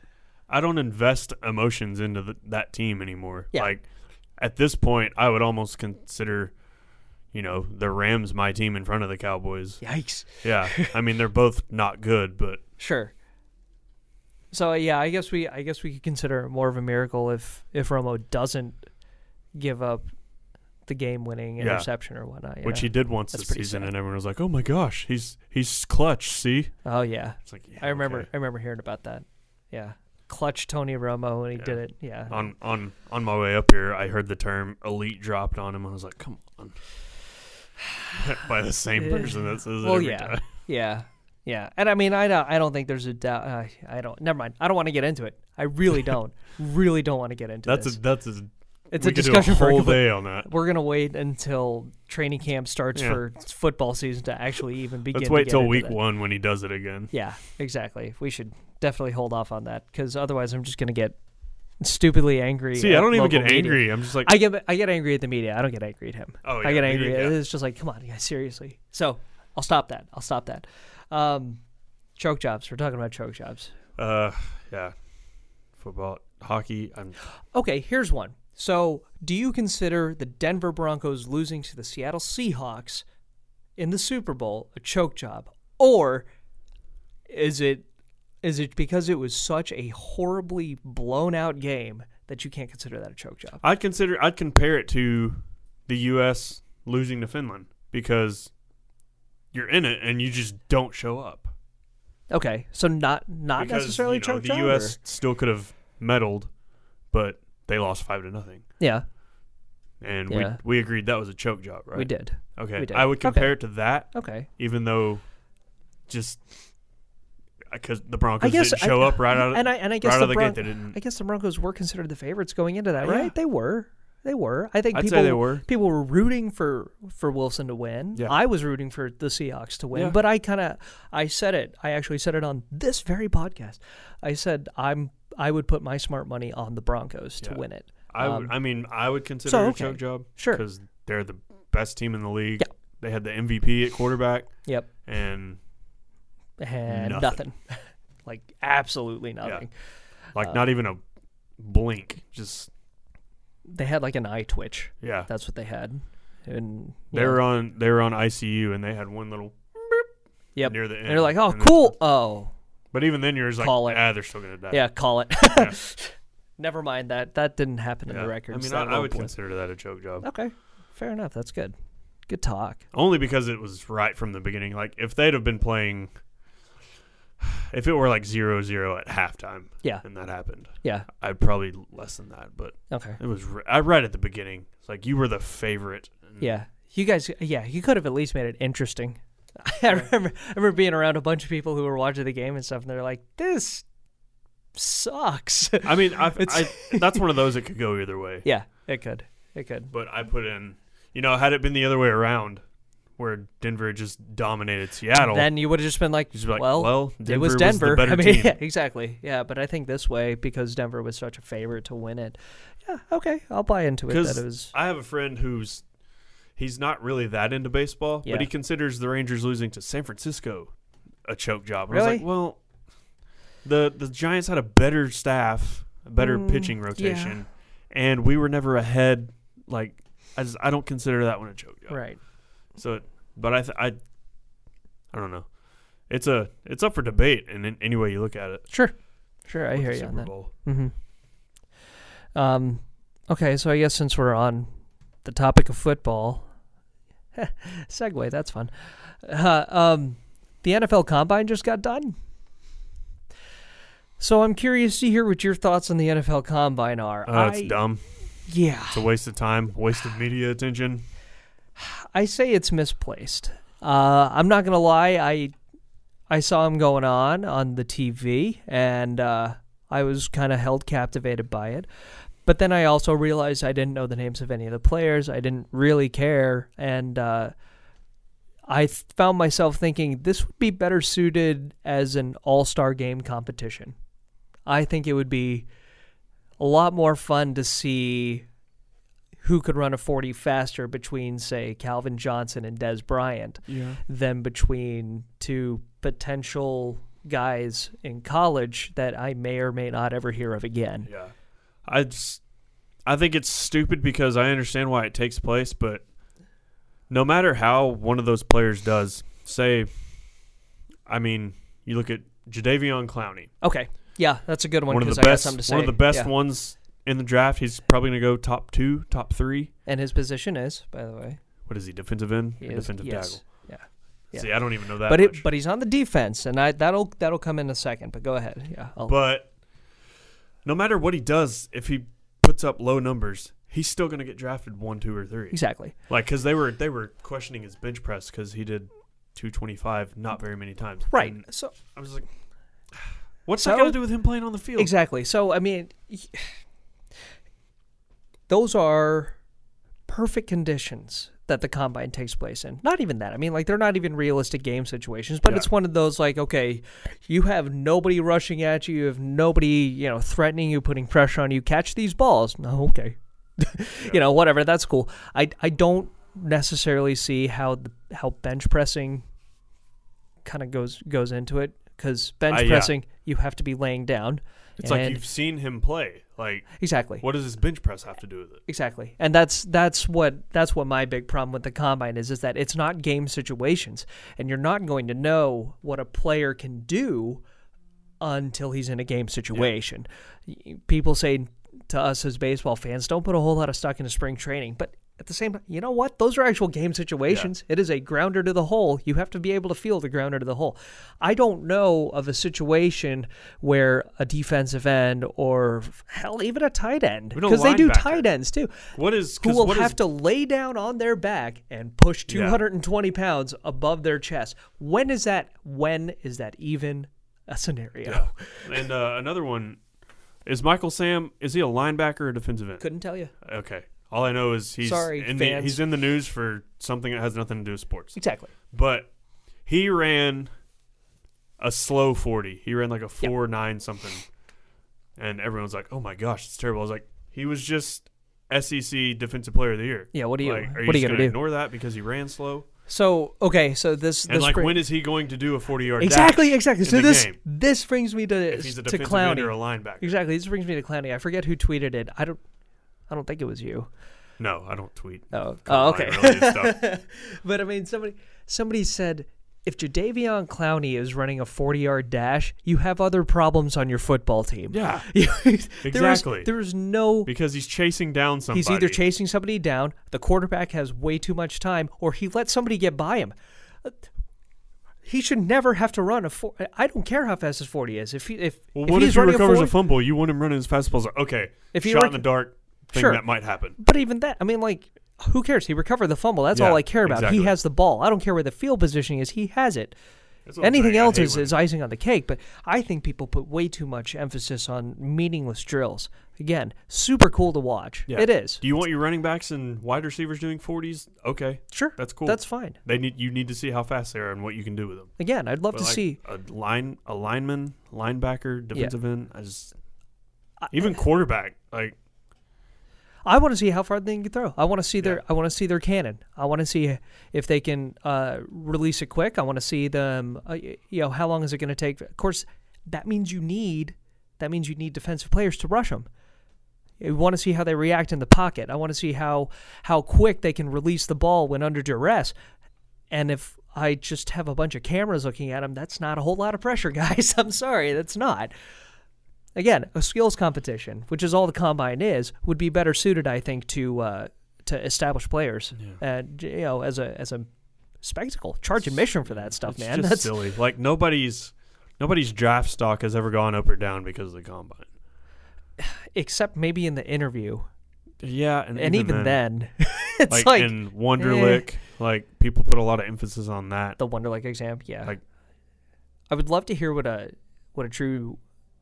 Speaker 6: I don't invest emotions into the, that team anymore.
Speaker 2: Yeah.
Speaker 6: Like at this point, I would almost consider you know the Rams my team in front of the Cowboys.
Speaker 2: Yikes.
Speaker 6: Yeah, I mean they're both not good, but
Speaker 2: Sure. So uh, yeah, I guess we I guess we could consider it more of a miracle if if Romo doesn't give up the game winning
Speaker 6: Yeah.
Speaker 2: interception or whatnot. you
Speaker 6: which he
Speaker 2: know?
Speaker 6: did once
Speaker 2: That's
Speaker 6: this
Speaker 2: pretty
Speaker 6: season,
Speaker 2: sad.
Speaker 6: and everyone was like, "Oh my gosh, he's he's clutch." See,
Speaker 2: Oh yeah.
Speaker 6: it's like yeah,
Speaker 2: I remember
Speaker 6: okay.
Speaker 2: I remember hearing about that. Yeah. Clutch Tony Romo when he did it. Yeah.
Speaker 6: on on on my way up here, I heard the term "elite" dropped on him, and I was like, "Come on." By the same person that says it
Speaker 2: well,
Speaker 6: every
Speaker 2: yeah,
Speaker 6: time.
Speaker 2: yeah, yeah. And I mean, I don't, I don't think there's a doubt. Uh, I don't. Never mind. I don't want to get into it. I really don't. really don't want to get into
Speaker 6: That's
Speaker 2: this.
Speaker 6: a that's a
Speaker 2: it's
Speaker 6: we
Speaker 2: a
Speaker 6: could do
Speaker 2: discussion for a
Speaker 6: whole
Speaker 2: complete-
Speaker 6: day on that.
Speaker 2: We're gonna wait until training camp starts
Speaker 6: Yeah.
Speaker 2: for football season to actually even begin.
Speaker 6: Let's
Speaker 2: to
Speaker 6: wait
Speaker 2: get
Speaker 6: till
Speaker 2: into
Speaker 6: week
Speaker 2: that.
Speaker 6: one when he does it again.
Speaker 2: Yeah, exactly. We should definitely hold off on that because otherwise, I'm just gonna get stupidly angry.
Speaker 6: See, I
Speaker 2: at
Speaker 6: don't even
Speaker 2: local
Speaker 6: get
Speaker 2: media.
Speaker 6: angry. I'm just like,
Speaker 2: I get I get angry at the media. I don't get angry at him.
Speaker 6: Oh,
Speaker 2: I
Speaker 6: yeah,
Speaker 2: get angry.
Speaker 6: media,
Speaker 2: at
Speaker 6: yeah.
Speaker 2: It's just like, come on, guys, seriously. So I'll stop that. I'll stop that. Um, choke jobs. We're talking about choke jobs.
Speaker 6: uh, yeah, football, hockey. I'm
Speaker 2: Okay, here's one. So do you consider the Denver Broncos losing to the Seattle Seahawks in the Super Bowl a choke job, or is it is it because it was such a horribly blown out game that you can't consider that a choke job?
Speaker 6: I'd consider I'd compare it to the U.S. losing to Finland because you're in it and you just don't show up.
Speaker 2: Okay, so not not
Speaker 6: Because,
Speaker 2: necessarily
Speaker 6: you know,
Speaker 2: choke
Speaker 6: the
Speaker 2: job. or-
Speaker 6: U.S. still could have medaled, but they lost five to nothing,
Speaker 2: Yeah,
Speaker 6: and
Speaker 2: Yeah.
Speaker 6: we we agreed that was a choke job, right? Oh.
Speaker 2: we did.
Speaker 6: Okay,
Speaker 2: We did.
Speaker 6: I would
Speaker 2: Okay.
Speaker 6: compare it to that,
Speaker 2: Okay.
Speaker 6: even though just. Because the Broncos
Speaker 2: guess
Speaker 6: didn't
Speaker 2: I-
Speaker 6: show up right out of
Speaker 2: and I and I guess
Speaker 6: right out
Speaker 2: the
Speaker 6: of the
Speaker 2: Bron-
Speaker 6: gate they didn't
Speaker 2: I guess the Broncos were considered the favorites going into that,
Speaker 6: Yeah.
Speaker 2: right? They were. They were. I think
Speaker 6: I'd say
Speaker 2: people
Speaker 6: they were.
Speaker 2: people were rooting for for Wilson to win.
Speaker 6: Yeah.
Speaker 2: I was rooting for the Seahawks to win,
Speaker 6: Yeah.
Speaker 2: but I kind of I said it. I actually said it on this very podcast. I said I'm I would put my smart money on the Broncos to
Speaker 6: Yeah.
Speaker 2: win it.
Speaker 6: I would, I mean, I would consider
Speaker 2: Um, so,
Speaker 6: it a
Speaker 2: okay.
Speaker 6: choke job.
Speaker 2: Sure.
Speaker 6: Because they're the best team in the league.
Speaker 2: Yeah.
Speaker 6: They had the MVP at quarterback,
Speaker 2: Yep.
Speaker 6: and
Speaker 2: And nothing.
Speaker 6: Nothing.
Speaker 2: like absolutely nothing.
Speaker 6: like
Speaker 2: Uh,
Speaker 6: not even a blink. Just
Speaker 2: They had like an eye twitch.
Speaker 6: yeah,
Speaker 2: That's what they had. And
Speaker 6: they
Speaker 2: yeah.
Speaker 6: were on they were on ICU, and they had one little.
Speaker 2: yep.
Speaker 6: near the
Speaker 2: And
Speaker 6: end,
Speaker 2: they're like, "Oh,
Speaker 6: and then-
Speaker 2: cool. Oh,
Speaker 6: But even then, you're just like,
Speaker 2: Call it.
Speaker 6: ah, they're still gonna die.
Speaker 2: Yeah, call it. Never mind that. That didn't happen in
Speaker 6: Yeah.
Speaker 2: the records.
Speaker 6: I mean,
Speaker 2: That
Speaker 6: I, I would
Speaker 2: won't-
Speaker 6: consider that a choke job,
Speaker 2: Okay, fair enough. That's good. Good talk.
Speaker 6: only because it was right from the beginning. Like if they'd have been playing, if it were like zero zero at halftime,
Speaker 2: Yeah.
Speaker 6: and that happened,
Speaker 2: Yeah.
Speaker 6: I'd probably lessen that. But
Speaker 2: Okay.
Speaker 6: It was r I right at the beginning. It's like you were the favorite. And
Speaker 2: Yeah. You guys. Yeah. You could have at least made it interesting. I remember. I remember being around a bunch of people who were watching the game and stuff, and they're like, "This sucks."
Speaker 6: I mean, I've,
Speaker 2: It's-
Speaker 6: I, that's one of those that could go either way.
Speaker 2: yeah. It could. It could.
Speaker 6: But I put in, you know, had it been the other way around, where Denver just dominated Seattle,
Speaker 2: Then you would have just been like,
Speaker 6: just be like,
Speaker 2: well,
Speaker 6: well,
Speaker 2: it
Speaker 6: Denver was
Speaker 2: was
Speaker 6: the
Speaker 2: Denver.
Speaker 6: better
Speaker 2: I mean,
Speaker 6: team.
Speaker 2: yeah, exactly. Yeah, but I think this way because Denver was such a favorite to win it. Yeah, okay, I'll buy into it that
Speaker 6: because
Speaker 2: it was.
Speaker 6: I have a friend who's he's not really that into baseball,
Speaker 2: Yeah.
Speaker 6: but he considers the Rangers losing to San Francisco a choke job. And I was
Speaker 2: Really?
Speaker 6: like, well, the the Giants had a better staff, a better
Speaker 2: Mm,
Speaker 6: pitching rotation, and we were never ahead. Like, I just, I don't consider that one a choke job.
Speaker 2: Right.
Speaker 6: So, it- but I th- I I don't know. It's a it's up for debate, and in any way you look at it,
Speaker 2: Sure. Sure, I hear you on
Speaker 6: Super
Speaker 2: that.
Speaker 6: Bowl.
Speaker 2: Um, okay, so I guess since we're on the topic of football, segue, that's fun. Uh, um, the NFL Combine just got done. So I'm curious to hear what your thoughts on the NFL Combine are.
Speaker 6: Uh,
Speaker 2: I-
Speaker 6: it's dumb.
Speaker 2: Yeah,
Speaker 6: It's a waste of time, waste of media attention.
Speaker 2: I say it's misplaced. Uh, I'm not gonna lie. I I saw him going on on the TV, and uh, I was kind of held captivated by it. But then I also realized I didn't know the names of any of the players. I didn't really care, and uh, I th- found myself thinking this would be better suited as an all-star game competition. I think it would be a lot more fun to see who could run a 40 faster between, say, Calvin Johnson and Des Bryant than between two potential guys in college that I may or may not ever hear of again.
Speaker 6: Yeah. I just I think it's stupid because I understand why it takes place, but no matter how one of those players does, say I mean, you look at Jadavion Clowney,
Speaker 2: Okay. Yeah, that's a good one
Speaker 6: one of
Speaker 2: because
Speaker 6: the
Speaker 2: I got
Speaker 6: best
Speaker 2: something to say.
Speaker 6: one of the best
Speaker 2: Yeah.
Speaker 6: ones in the draft. He's probably gonna go top two, top three.
Speaker 2: And his position is, by the way,
Speaker 6: What is he, defensive end?
Speaker 2: he
Speaker 6: or
Speaker 2: is-
Speaker 6: defensive
Speaker 2: yes.
Speaker 6: tackle.
Speaker 2: Yeah. Yeah.
Speaker 6: See, I don't even know that
Speaker 2: But
Speaker 6: much.
Speaker 2: it, but he's on the defense, and I that'll that'll come in a second. But go ahead. Yeah. I'll-
Speaker 6: But no matter what he does, if he puts up low numbers, he's still going to get drafted one, two, or three.
Speaker 2: exactly.
Speaker 6: Like because they were they were questioning his bench press because he did two twenty five not very many times.
Speaker 2: Right.
Speaker 6: And
Speaker 2: Um, So
Speaker 6: I was like, what's
Speaker 2: So-
Speaker 6: that got to do with him playing on the field?
Speaker 2: Exactly. So I mean, y- those are perfect conditions that the combine takes place in. Not even that. I mean, like they're not even realistic game situations, but
Speaker 6: Yeah.
Speaker 2: it's one of those like, okay, you have nobody rushing at you, you have nobody, you know, threatening you, putting pressure on you. Catch these balls. No, okay. You know, whatever, that's cool. I I don't necessarily see how the how bench pressing kind of goes goes into it cuz bench
Speaker 6: Uh, yeah.
Speaker 2: pressing you have to be laying down.
Speaker 6: It's like
Speaker 2: and-
Speaker 6: you've seen him play. Like
Speaker 2: Exactly.
Speaker 6: what does his bench press have to do with it?
Speaker 2: Exactly. And that's that's what that's what my big problem with the combine is is that it's not game situations and you're not going to know what a player can do until he's in a game situation. Y- People say to us as baseball fans, don't put a whole lot of stock into spring training, but at the same time, you know what? Those are actual game situations. It is a grounder to the hole. You have to be able to feel the grounder to the hole. I don't know of a situation where a defensive end or hell, even a tight end,
Speaker 6: Even a
Speaker 2: because they do
Speaker 6: linebacker.
Speaker 2: tight ends too,
Speaker 6: What is
Speaker 2: who
Speaker 6: 'cause
Speaker 2: will
Speaker 6: what is-
Speaker 2: have to lay down on their back and push
Speaker 6: Yeah.
Speaker 2: 220 pounds above their chest. When is that? When is that even a scenario?
Speaker 6: And uh, another one is Michael Sam. Is he a linebacker or defensive end?
Speaker 2: Couldn't tell you.
Speaker 6: Okay. All I know is he's
Speaker 2: Sorry,
Speaker 6: in the,
Speaker 2: fans.
Speaker 6: he's in the news for something that has nothing to do with sports.
Speaker 2: Exactly.
Speaker 6: But he ran a slow forty. He ran like a four nine something, and everyone's like, "Oh my gosh, it's terrible." I was like, he was just SEC Defensive Player of the Year.
Speaker 2: Yeah, what do you-
Speaker 6: Like, are
Speaker 2: what
Speaker 6: you,
Speaker 2: are you
Speaker 6: just
Speaker 2: gonna
Speaker 6: gonna
Speaker 2: do?
Speaker 6: Ignore that because he ran slow.
Speaker 2: So okay, so this
Speaker 6: And
Speaker 2: this
Speaker 6: like,
Speaker 2: bring-
Speaker 6: when is he going to do a forty yard?
Speaker 2: exactly exactly.
Speaker 6: In
Speaker 2: So
Speaker 6: the
Speaker 2: this
Speaker 6: game,
Speaker 2: this brings me to
Speaker 6: if he's a
Speaker 2: to
Speaker 6: defensive end or a
Speaker 2: Clowney.
Speaker 6: linebacker.
Speaker 2: Exactly. This brings me to Clowney. I forget who tweeted it. I don't. I don't think it was you.
Speaker 6: No, I don't tweet.
Speaker 2: Oh, oh okay.
Speaker 6: Line-related stuff.
Speaker 2: But I mean, somebody somebody said if Jadavion Clowney is running a forty-yard dash, you have other problems on your football team.
Speaker 6: Yeah.
Speaker 2: There is,
Speaker 6: Exactly.
Speaker 2: there is no.
Speaker 6: because he's chasing down somebody.
Speaker 2: He's either chasing somebody down, the quarterback has way too much time, or he lets somebody get by him. Uh, He should never have to run a four. I don't care how fast his forty is. If he if,
Speaker 6: Well,
Speaker 2: if
Speaker 6: what
Speaker 2: he's
Speaker 6: if, he
Speaker 2: running
Speaker 6: recovers a,
Speaker 2: 40
Speaker 6: fumble? You want him running as fast as possible. Okay,
Speaker 2: If he
Speaker 6: shot
Speaker 2: rec-
Speaker 6: in the dark, thing
Speaker 2: Sure.
Speaker 6: that might happen.
Speaker 2: But even that, I mean, like, who cares? He recovered the fumble. That's
Speaker 6: Yeah,
Speaker 2: all I care about.
Speaker 6: exactly.
Speaker 2: He has the ball. I don't care where the field positioning is. He has it.
Speaker 6: That's what I'm
Speaker 2: Anything
Speaker 6: saying. I
Speaker 2: else
Speaker 6: hate
Speaker 2: is,
Speaker 6: when-
Speaker 2: is icing on the cake, but I think people put way too much emphasis on meaningless drills. Again, super cool to watch.
Speaker 6: Yeah.
Speaker 2: It is.
Speaker 6: Do you want your running backs and wide receivers doing forties? Okay,
Speaker 2: sure.
Speaker 6: that's cool.
Speaker 2: That's fine.
Speaker 6: They need you need to see how fast they are and what you can do with them.
Speaker 2: Again, I'd love
Speaker 6: But
Speaker 2: to
Speaker 6: like
Speaker 2: see.
Speaker 6: a line, a lineman, linebacker, defensive end. I just even quarterback. Like
Speaker 2: I want to see how far they can throw. I want to see their. I want to see their cannon. I want to see if they can uh, release it quick. I want to see them. Uh, y- you know, how long is it going to take? Of course, that means you need. That means you need defensive players to rush them. You want to see how they react in the pocket. I want to see how how quick they can release the ball when under duress. And if I just have a bunch of cameras looking at them, that's not a whole lot of pressure, guys. I'm sorry, that's not again a skills competition which is all the combine is would be better suited i think to uh to establish players and you know as a as a spectacle charge admission for that stuff
Speaker 6: it's
Speaker 2: man
Speaker 6: just
Speaker 2: that's
Speaker 6: silly. Like nobody's nobody's draft stock has ever gone up or down because of the combine.
Speaker 2: except maybe in the interview
Speaker 6: Yeah, and,
Speaker 2: and even, then, it's
Speaker 6: like,
Speaker 2: like, eh.
Speaker 6: in Wonderlick, like people put a lot of emphasis on that.
Speaker 2: the wonderlic exam yeah
Speaker 6: Like-
Speaker 2: i would love to hear what a what a true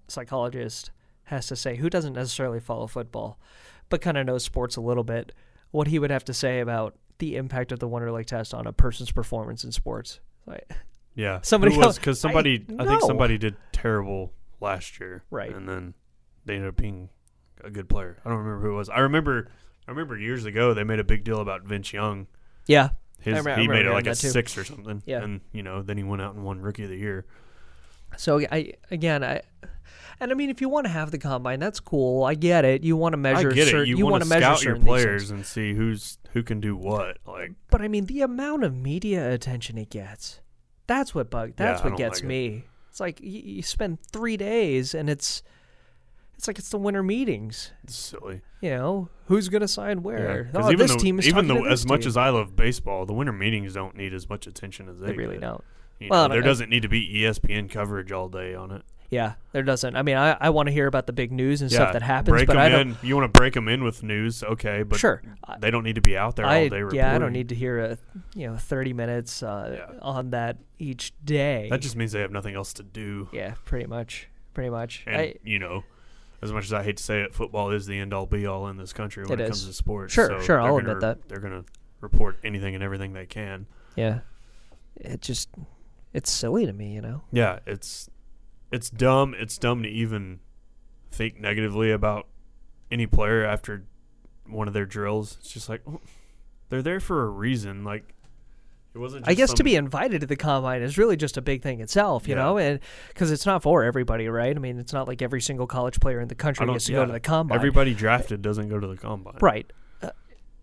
Speaker 2: psychologist has to say who doesn't necessarily follow football but kind of knows sports a little bit what he would have to say about the impact of the wonderlic test on a person's performance in sports like
Speaker 6: Yeah,
Speaker 2: Somebody else-
Speaker 6: because
Speaker 2: I-
Speaker 6: somebody I,
Speaker 2: no.
Speaker 6: think somebody did terrible last year,
Speaker 2: Right.
Speaker 6: And then they ended up being a good player. I don't remember who it was. I remember I remember years ago they made a big deal about Vince Young.
Speaker 2: yeah
Speaker 6: His,
Speaker 2: I remember- I
Speaker 6: he made it
Speaker 2: remember
Speaker 6: like a
Speaker 2: that too.
Speaker 6: six or something,
Speaker 2: Yeah.
Speaker 6: And you know, then he went out and won Rookie of the Year.
Speaker 2: So I again I and I mean if you want to have the combine that's cool. I get it. You want to measure
Speaker 6: I get
Speaker 2: cer-
Speaker 6: it. You,
Speaker 2: want
Speaker 6: want
Speaker 2: to
Speaker 6: to
Speaker 2: measure
Speaker 6: scout your
Speaker 2: certain these
Speaker 6: players
Speaker 2: things.
Speaker 6: and see who's who can do what. Like,
Speaker 2: But I mean the amount of media attention it gets. That's what bug that's
Speaker 6: I
Speaker 2: what
Speaker 6: don't
Speaker 2: gets
Speaker 6: like it.
Speaker 2: me. It's like you, you spend 3 days and it's it's like it's the winter meetings.
Speaker 6: it's silly.
Speaker 2: You know, who's going to sign where?
Speaker 6: Because
Speaker 2: Oh,
Speaker 6: even
Speaker 2: this
Speaker 6: though,
Speaker 2: team is
Speaker 6: even
Speaker 2: talking
Speaker 6: though
Speaker 2: to this
Speaker 6: as much
Speaker 2: team.
Speaker 6: as I love baseball, the winter meetings don't need as much attention as they,
Speaker 2: they really
Speaker 6: did.
Speaker 2: don't.
Speaker 6: You
Speaker 2: Well,
Speaker 6: know,
Speaker 2: and
Speaker 6: there
Speaker 2: I-
Speaker 6: doesn't need to be E ESPN coverage all day on it.
Speaker 2: Yeah, there doesn't. I mean, I, I want to hear about the big news and stuff that happens,
Speaker 6: break
Speaker 2: but
Speaker 6: 'em
Speaker 2: I don't
Speaker 6: in. You want to break them in with news, okay? But
Speaker 2: Sure. I-
Speaker 6: they don't need to be out there all day. Reporting.
Speaker 2: yeah, I don't need to hear a you know thirty minutes uh,
Speaker 6: Yeah.
Speaker 2: on that each day.
Speaker 6: That just means they have nothing else to do.
Speaker 2: yeah, pretty much, pretty much.
Speaker 6: And
Speaker 2: I,
Speaker 6: you know, as much as I hate to say it, football is the end all be all in this country when
Speaker 2: It
Speaker 6: it,
Speaker 2: is.
Speaker 6: comes to sports.
Speaker 2: Sure,
Speaker 6: so
Speaker 2: sure,
Speaker 6: they're
Speaker 2: I'll
Speaker 6: gonna-
Speaker 2: admit that.
Speaker 6: they're gonna report anything and everything they can.
Speaker 2: yeah, it just it's silly to me, you know.
Speaker 6: Yeah, it's it's dumb. It's dumb to even think negatively about any player after one of their drills. It's just like oh, they're there for a reason. Like it wasn't. Just
Speaker 2: I guess to
Speaker 6: some-
Speaker 2: be invited to the combine is really just a big thing itself, you
Speaker 6: Yeah.
Speaker 2: know, and because it's not for everybody, right? I mean, it's not like every single college player in the
Speaker 6: I
Speaker 2: country
Speaker 6: don't-
Speaker 2: gets to
Speaker 6: yeah.
Speaker 2: go to the combine.
Speaker 6: Everybody drafted doesn't go to the combine.
Speaker 2: right? Uh,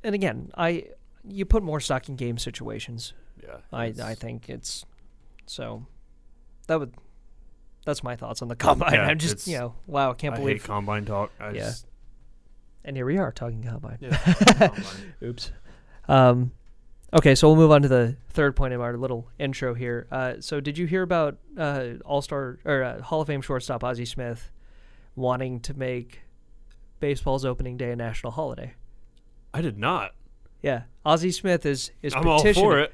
Speaker 2: and again, I you put more stock in game situations.
Speaker 6: Yeah.
Speaker 2: I I think it's so that would that's my thoughts on the combine.
Speaker 6: Yeah,
Speaker 2: I'm just
Speaker 6: it's-
Speaker 2: you know wow, I can't
Speaker 6: I hate
Speaker 2: believe.
Speaker 6: combine talk. I
Speaker 2: Yeah.
Speaker 6: just-
Speaker 2: and here we are talking combine.
Speaker 6: combine.
Speaker 2: Oops. Um, okay, so we'll move on to the third point of our little intro here. Uh, so did you hear about uh, All Star or uh, Hall of Fame shortstop Ozzie Smith wanting to make baseball's opening day a national holiday?
Speaker 6: I did not.
Speaker 2: Yeah, Ozzie Smith is is
Speaker 6: I'm all
Speaker 2: petitioning.
Speaker 6: for it.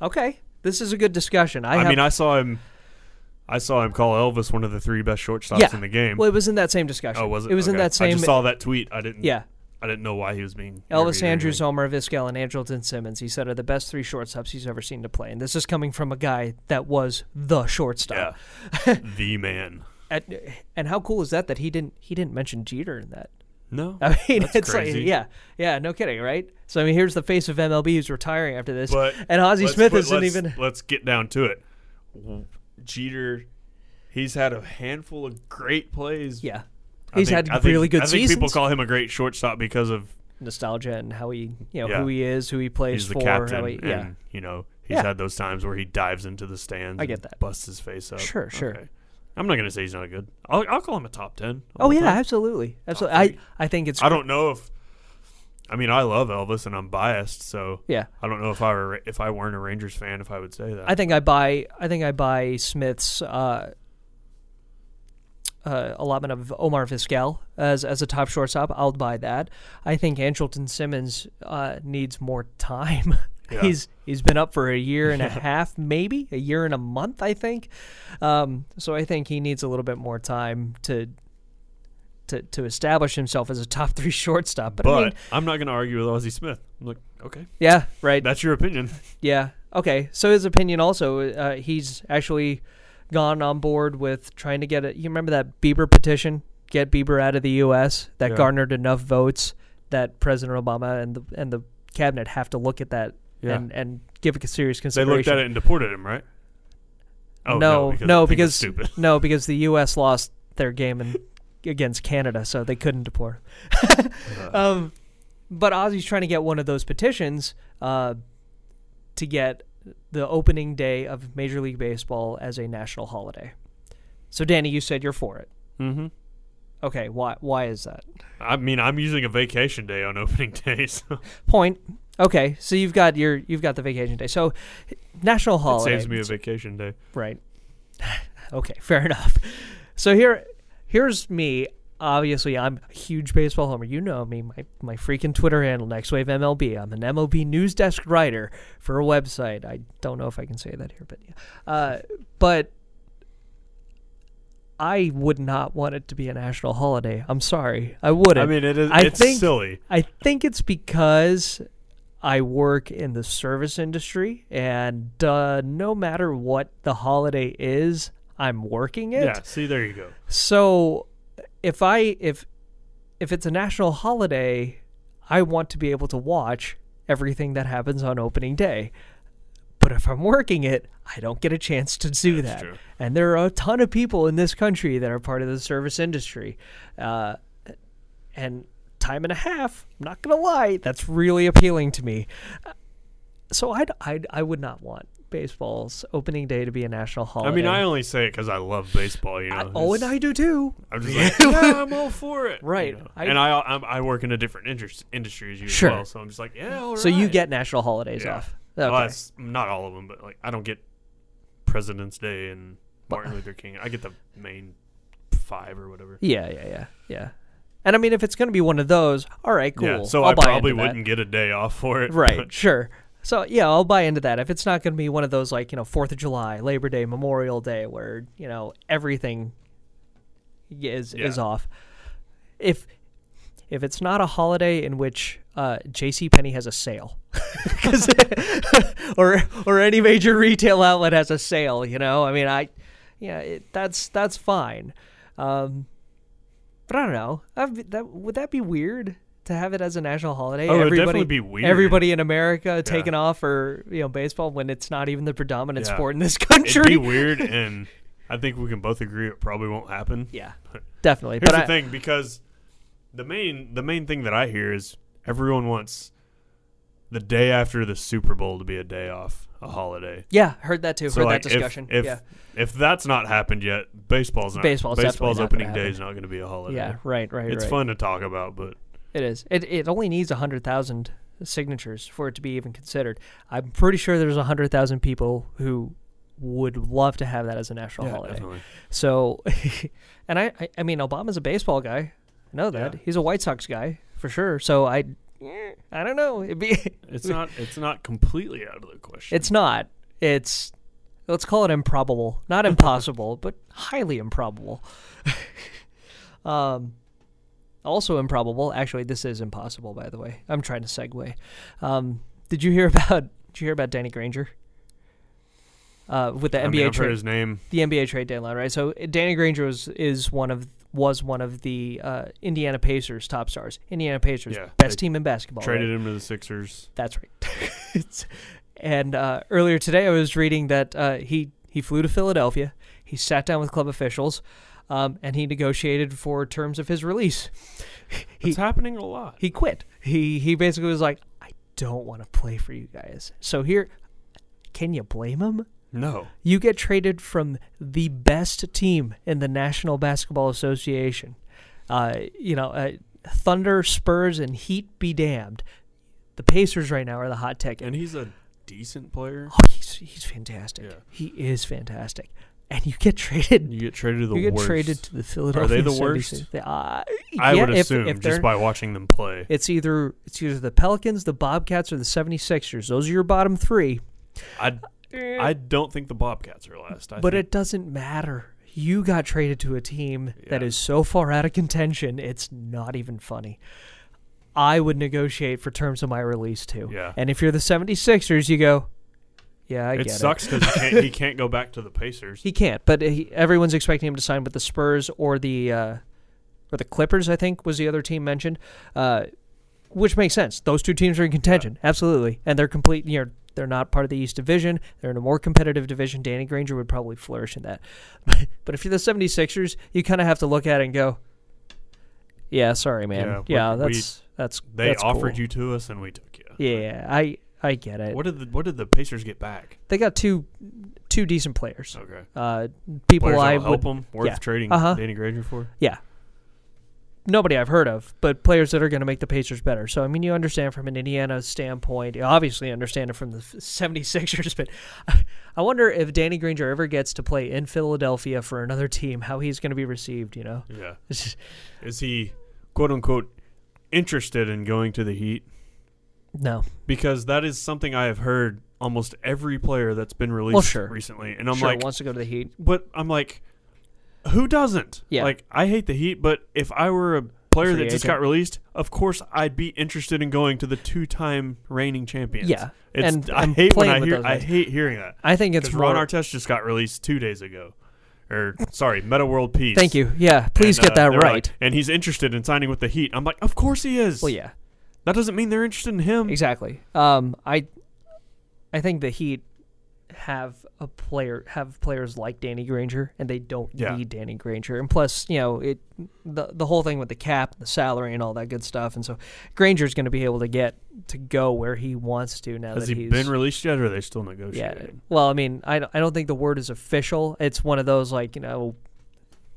Speaker 2: Okay, this is a good discussion. I,
Speaker 6: I,
Speaker 2: have,
Speaker 6: mean, I saw him. I saw him call Elvis one of the three best shortstops
Speaker 2: yeah.
Speaker 6: in the game.
Speaker 2: Well, it was in that same discussion.
Speaker 6: oh, was it?
Speaker 2: It was in
Speaker 6: Okay.
Speaker 2: that same.
Speaker 6: I just saw that tweet. I didn't.
Speaker 2: yeah,
Speaker 6: I didn't know why he was being
Speaker 2: Elvis
Speaker 6: interviewed or
Speaker 2: Andrews,
Speaker 6: anything.
Speaker 2: Omar Vizquel, and Angelton Simmons, he said, are the best three shortstops he's ever seen to play. And this is coming from a guy that was the shortstop.
Speaker 6: Yeah, the man.
Speaker 2: And, and how cool is that that he didn't he didn't mention Jeter in that?
Speaker 6: No,
Speaker 2: I mean,
Speaker 6: that's
Speaker 2: it's
Speaker 6: crazy.
Speaker 2: like yeah, yeah, no kidding, right? So I mean, here's the face of MLB who's retiring after this,
Speaker 6: But
Speaker 2: and Ozzie
Speaker 6: let's
Speaker 2: Smith
Speaker 6: put-
Speaker 2: isn't
Speaker 6: let's-
Speaker 2: even.
Speaker 6: Let's get down to it. Jeter, he's had a handful of great plays.
Speaker 2: Yeah,
Speaker 6: I
Speaker 2: he's
Speaker 6: think-
Speaker 2: had
Speaker 6: I think-
Speaker 2: really good
Speaker 6: I think
Speaker 2: seasons.
Speaker 6: people call him a great shortstop because of
Speaker 2: nostalgia and how he you know
Speaker 6: Yeah.
Speaker 2: who he is, who he plays
Speaker 6: he's the
Speaker 2: for. how
Speaker 6: captain,
Speaker 2: he, yeah,
Speaker 6: and you know he's
Speaker 2: Yeah.
Speaker 6: had those times where he dives into the stands.
Speaker 2: I get
Speaker 6: and
Speaker 2: that.
Speaker 6: Busts his face up.
Speaker 2: Sure, sure.
Speaker 6: Okay. I'm not gonna say he's not good. I'll, I'll call him a top ten. all
Speaker 2: oh
Speaker 6: the
Speaker 2: yeah,
Speaker 6: time.
Speaker 2: absolutely, absolutely. I
Speaker 6: three.
Speaker 2: I think it's
Speaker 6: I don't know if. I mean, I love Elvis, and I'm biased, so
Speaker 2: Yeah.
Speaker 6: I don't know if I were if I weren't a Rangers fan, if I would say that.
Speaker 2: I think I buy. I think I buy Smith's uh, uh, allotment of Omar Vizquel as as a top shortstop. I'll buy that. I think Angelton Simmons uh, needs more time.
Speaker 6: Yeah.
Speaker 2: He's he's been up for a year and a half, maybe a year and a month, I think. Um, so I think he needs a little bit more time to to to establish himself as a top three shortstop. But, I
Speaker 6: But
Speaker 2: mean,
Speaker 6: I'm not going to argue with Ozzie Smith. I'm like, okay,
Speaker 2: yeah, right.
Speaker 6: that's your opinion.
Speaker 2: Yeah. Okay. So his opinion also, uh, he's actually gone on board with trying to get it. You remember that Bieber petition? Get Bieber out of the U.S. That
Speaker 6: Yeah.
Speaker 2: garnered enough votes that President Obama and the and the cabinet have to look at that
Speaker 6: Yeah.
Speaker 2: and and give it serious
Speaker 6: They
Speaker 2: consideration.
Speaker 6: looked at it and deported him, right? Oh
Speaker 2: no, no,
Speaker 6: because the thing was
Speaker 2: because
Speaker 6: stupid.
Speaker 2: no, because the U.S. lost their game in, against Canada, so they couldn't deport.
Speaker 6: Uh.
Speaker 2: um, but Ozzy's trying to get one of those petitions uh, to get the opening day of Major League Baseball as a national holiday. So, Danny, you said you're for it.
Speaker 6: Mm-hmm.
Speaker 2: Okay, why? Why is that?
Speaker 6: I mean, I'm using a vacation day on opening day, so
Speaker 2: Oh, Point. Okay, so you've got your you've got the vacation day. So, national
Speaker 6: it
Speaker 2: holiday
Speaker 6: saves me a vacation day.
Speaker 2: Right. okay, fair enough. So here here's me. Obviously, I'm a huge baseball homer. You know me, my, my freaking Twitter handle, Next Wave MLB. I'm an MLB news desk writer for a website. I don't know if I can say that here, but yeah. Uh, but I would not want it to be a national holiday. I'm sorry, I wouldn't.
Speaker 6: I mean, it is.
Speaker 2: I
Speaker 6: it's
Speaker 2: think-
Speaker 6: silly.
Speaker 2: I think it's because I work in the service industry, and uh, no matter what the holiday is, I'm working it.
Speaker 6: Yeah. See, there you go.
Speaker 2: So if I if if it's a national holiday, I want to be able to watch everything that happens on opening day. But if I'm working it, I don't get a chance to do that.
Speaker 6: true.
Speaker 2: And there are a ton of people in this country that are part of the service industry. Uh, and time and a half, I'm not going to lie, that's really appealing to me. Uh, So I'd, I'd, I would not want baseball's opening day to be a national holiday.
Speaker 6: I mean, I only say it because I love baseball. You know.
Speaker 2: uh, I- oh, and
Speaker 6: It's-
Speaker 2: I do too.
Speaker 6: I'm just like, yeah, I'm all for it. you
Speaker 2: Right.
Speaker 6: know.
Speaker 2: I-
Speaker 6: and I, I'm, I work in a different interest, industry as you
Speaker 2: Sure.
Speaker 6: as well, so I'm just like, yeah. all
Speaker 2: So you
Speaker 6: right.
Speaker 2: get national holidays
Speaker 6: Yeah.
Speaker 2: off.
Speaker 6: Well,
Speaker 2: Okay.
Speaker 6: that's not all of them, but like I don't get President's Day and Martin Luther King. I get the main five or whatever.
Speaker 2: uh, yeah, yeah, yeah, yeah. And I mean, if it's going to be one of those, all right, cool.
Speaker 6: Yeah, so
Speaker 2: I'll
Speaker 6: I
Speaker 2: buy
Speaker 6: probably
Speaker 2: into that.
Speaker 6: wouldn't get a day off for it.
Speaker 2: Right,
Speaker 6: but-
Speaker 2: sure. So yeah, I'll buy into that. If it's not going to be one of those like you know Fourth of July, Labor Day, Memorial Day, where you know everything is is
Speaker 6: Yeah.
Speaker 2: off. If if it's not a holiday in which uh, J.C. Penney has a sale, 'Cause- or or any major retail outlet has a sale, you know, I mean, I yeah, it, that's that's fine. Um, but I don't know. I've, that, would that be weird to have it as a national holiday?
Speaker 6: Oh, it would
Speaker 2: everybody,
Speaker 6: definitely be weird.
Speaker 2: Everybody in America taking off for you know baseball when it's not even the predominant
Speaker 6: Yeah.
Speaker 2: sport in this
Speaker 6: It'd be
Speaker 2: country.
Speaker 6: weird, and I think we can both agree it probably won't happen.
Speaker 2: yeah, definitely.
Speaker 6: Here's
Speaker 2: but
Speaker 6: the
Speaker 2: I,
Speaker 6: thing, because the main the main thing that I hear is everyone wants the day after the Super Bowl to be a day off, a holiday.
Speaker 2: yeah, heard that too.
Speaker 6: So
Speaker 2: heard
Speaker 6: like
Speaker 2: that
Speaker 6: if-
Speaker 2: discussion.
Speaker 6: If,
Speaker 2: yeah,
Speaker 6: if that's not happened yet, baseball's not
Speaker 2: Baseball's definitely
Speaker 6: baseball's
Speaker 2: not gonna
Speaker 6: opening day is not going to be a holiday.
Speaker 2: yeah, right, right.
Speaker 6: It's
Speaker 2: right.
Speaker 6: fun to talk about, but
Speaker 2: It is. It it only needs hundred thousand signatures for it to be even considered. I'm pretty sure there's hundred thousand people who would love to have that as a national holiday.
Speaker 6: definitely.
Speaker 2: So, and I, I, I mean, Obama's a baseball guy. I know that
Speaker 6: Yeah.
Speaker 2: he's a White Sox guy for sure. So I, I don't know. It'd be,
Speaker 6: it's not it's not completely out of the question.
Speaker 2: it's not. It's let's call it improbable, not impossible, but highly improbable. um, also improbable. Actually, this is impossible. By the way, I'm trying to segue. Um, did you hear about? Did you hear about Danny Granger? Uh, with the
Speaker 6: I
Speaker 2: NBA
Speaker 6: mean, I've
Speaker 2: trade
Speaker 6: heard his name.
Speaker 2: the NBA trade deadline, right? So Danny Granger was is one of was one of the uh, Indiana Pacers top stars. Indiana Pacers,
Speaker 6: Yeah,
Speaker 2: best
Speaker 6: they
Speaker 2: team in basketball. right?
Speaker 6: Traded him to the Sixers.
Speaker 2: That's right. It's- and uh, earlier today, I was reading that uh, he he flew to Philadelphia. He sat down with club officials, um, and he negotiated for terms of his release. He-
Speaker 6: It's happening a lot.
Speaker 2: he quit. He he basically was like, I don't want to play for you guys. So here, can you blame him?
Speaker 6: no.
Speaker 2: you get traded from the best team in the National Basketball Association. Uh, you know, uh, Thunder, Spurs, and Heat be damned. The Pacers right now are the hot ticket.
Speaker 6: And he's a decent player.
Speaker 2: Oh, he's, he's fantastic.
Speaker 6: Yeah.
Speaker 2: He is fantastic. and you get traded.
Speaker 6: You get traded to the
Speaker 2: you get
Speaker 6: worst.
Speaker 2: traded to the Philadelphia.
Speaker 6: the
Speaker 2: 76ers.
Speaker 6: worst?
Speaker 2: They- uh,
Speaker 6: I
Speaker 2: yeah,
Speaker 6: would
Speaker 2: if-
Speaker 6: assume
Speaker 2: if they're-
Speaker 6: just by watching them play.
Speaker 2: it's either it's either the Pelicans, the Bobcats, or the 76ers. Those are your bottom three.
Speaker 6: I I don't think the Bobcats are last. I
Speaker 2: But
Speaker 6: think
Speaker 2: it doesn't matter. You got traded to a team that
Speaker 6: Yeah.
Speaker 2: is so far out of contention, it's not even funny. I would negotiate for terms of my release too.
Speaker 6: Yeah.
Speaker 2: And if you're the 76ers, you go, yeah, I
Speaker 6: it
Speaker 2: get
Speaker 6: sucks because he, can't- he can't go back to the Pacers.
Speaker 2: He can't, but he, everyone's expecting him to sign with the Spurs or the uh, or the Clippers. I think was the other team mentioned, uh, which makes sense. Those two teams are in contention, absolutely, and they're complete. You know, they're not part of the East Division. They're in a more competitive division. Danny Granger would probably flourish in that. but if you're the 76ers, you kind of have to look at it and go, "Yeah, sorry,
Speaker 6: Yeah,
Speaker 2: man.
Speaker 6: we-
Speaker 2: Yeah,
Speaker 6: we-
Speaker 2: that's that's
Speaker 6: They
Speaker 2: that's
Speaker 6: offered
Speaker 2: cool.
Speaker 6: you to us and we took you.
Speaker 2: Yeah, I I get it.
Speaker 6: What did the What did the Pacers get back?
Speaker 2: They got two two decent players.
Speaker 6: Okay.
Speaker 2: Uh, people
Speaker 6: Players
Speaker 2: I
Speaker 6: that'll
Speaker 2: would
Speaker 6: help them. Worth
Speaker 2: yeah.
Speaker 6: trading
Speaker 2: Uh-huh.
Speaker 6: Danny Granger for.
Speaker 2: Yeah. Nobody I've heard of, but players that are going to make the Pacers better. So, I mean, you understand from an Indiana standpoint. You obviously understand it from the 76ers, but I wonder if Danny Granger ever gets to play in Philadelphia for another team, how he's going to be received, you know?
Speaker 6: Yeah. Is he quote unquote interested in going to the Heat?
Speaker 2: No.
Speaker 6: Because that is something I have heard almost every player that's been released
Speaker 2: sure.
Speaker 6: recently, and I'm
Speaker 2: sure,
Speaker 6: like,
Speaker 2: wants to go to the Heat.
Speaker 6: but I'm like, who doesn't?
Speaker 2: Yeah.
Speaker 6: Like, I hate the Heat, but if I were a player
Speaker 2: Free
Speaker 6: that just
Speaker 2: agent.
Speaker 6: got released, of course I'd be interested in going to the two-time reigning champions.
Speaker 2: Yeah.
Speaker 6: It's,
Speaker 2: And
Speaker 6: I
Speaker 2: I'm
Speaker 6: hate when
Speaker 2: playing
Speaker 6: I
Speaker 2: with
Speaker 6: hear
Speaker 2: those
Speaker 6: I
Speaker 2: guys.
Speaker 6: hate hearing that.
Speaker 2: I think it's
Speaker 6: Because Ron
Speaker 2: more-
Speaker 6: Artest just got released two days ago, or sorry, Meta World Peace.
Speaker 2: Thank you. Yeah.
Speaker 6: And,
Speaker 2: Please
Speaker 6: uh,
Speaker 2: get that
Speaker 6: they're like-
Speaker 2: right.
Speaker 6: and he's interested in signing with the Heat. I'm like, of course he is.
Speaker 2: well, yeah.
Speaker 6: That doesn't mean they're interested in him.
Speaker 2: Exactly. Um, I, I think the Heat have a player have players like Danny Granger, and they don't
Speaker 6: Yeah.
Speaker 2: need Danny Granger. And plus, you know, it the the whole thing with the cap, the salary, and all that good stuff. And so Granger's going to be able to get to go where he wants to now
Speaker 6: Has
Speaker 2: that
Speaker 6: he
Speaker 2: he's
Speaker 6: been released yet, or are they still
Speaker 2: yeah.
Speaker 6: negotiating?
Speaker 2: Well, I mean, I don't, I don't think the word is official. It's one of those like you know,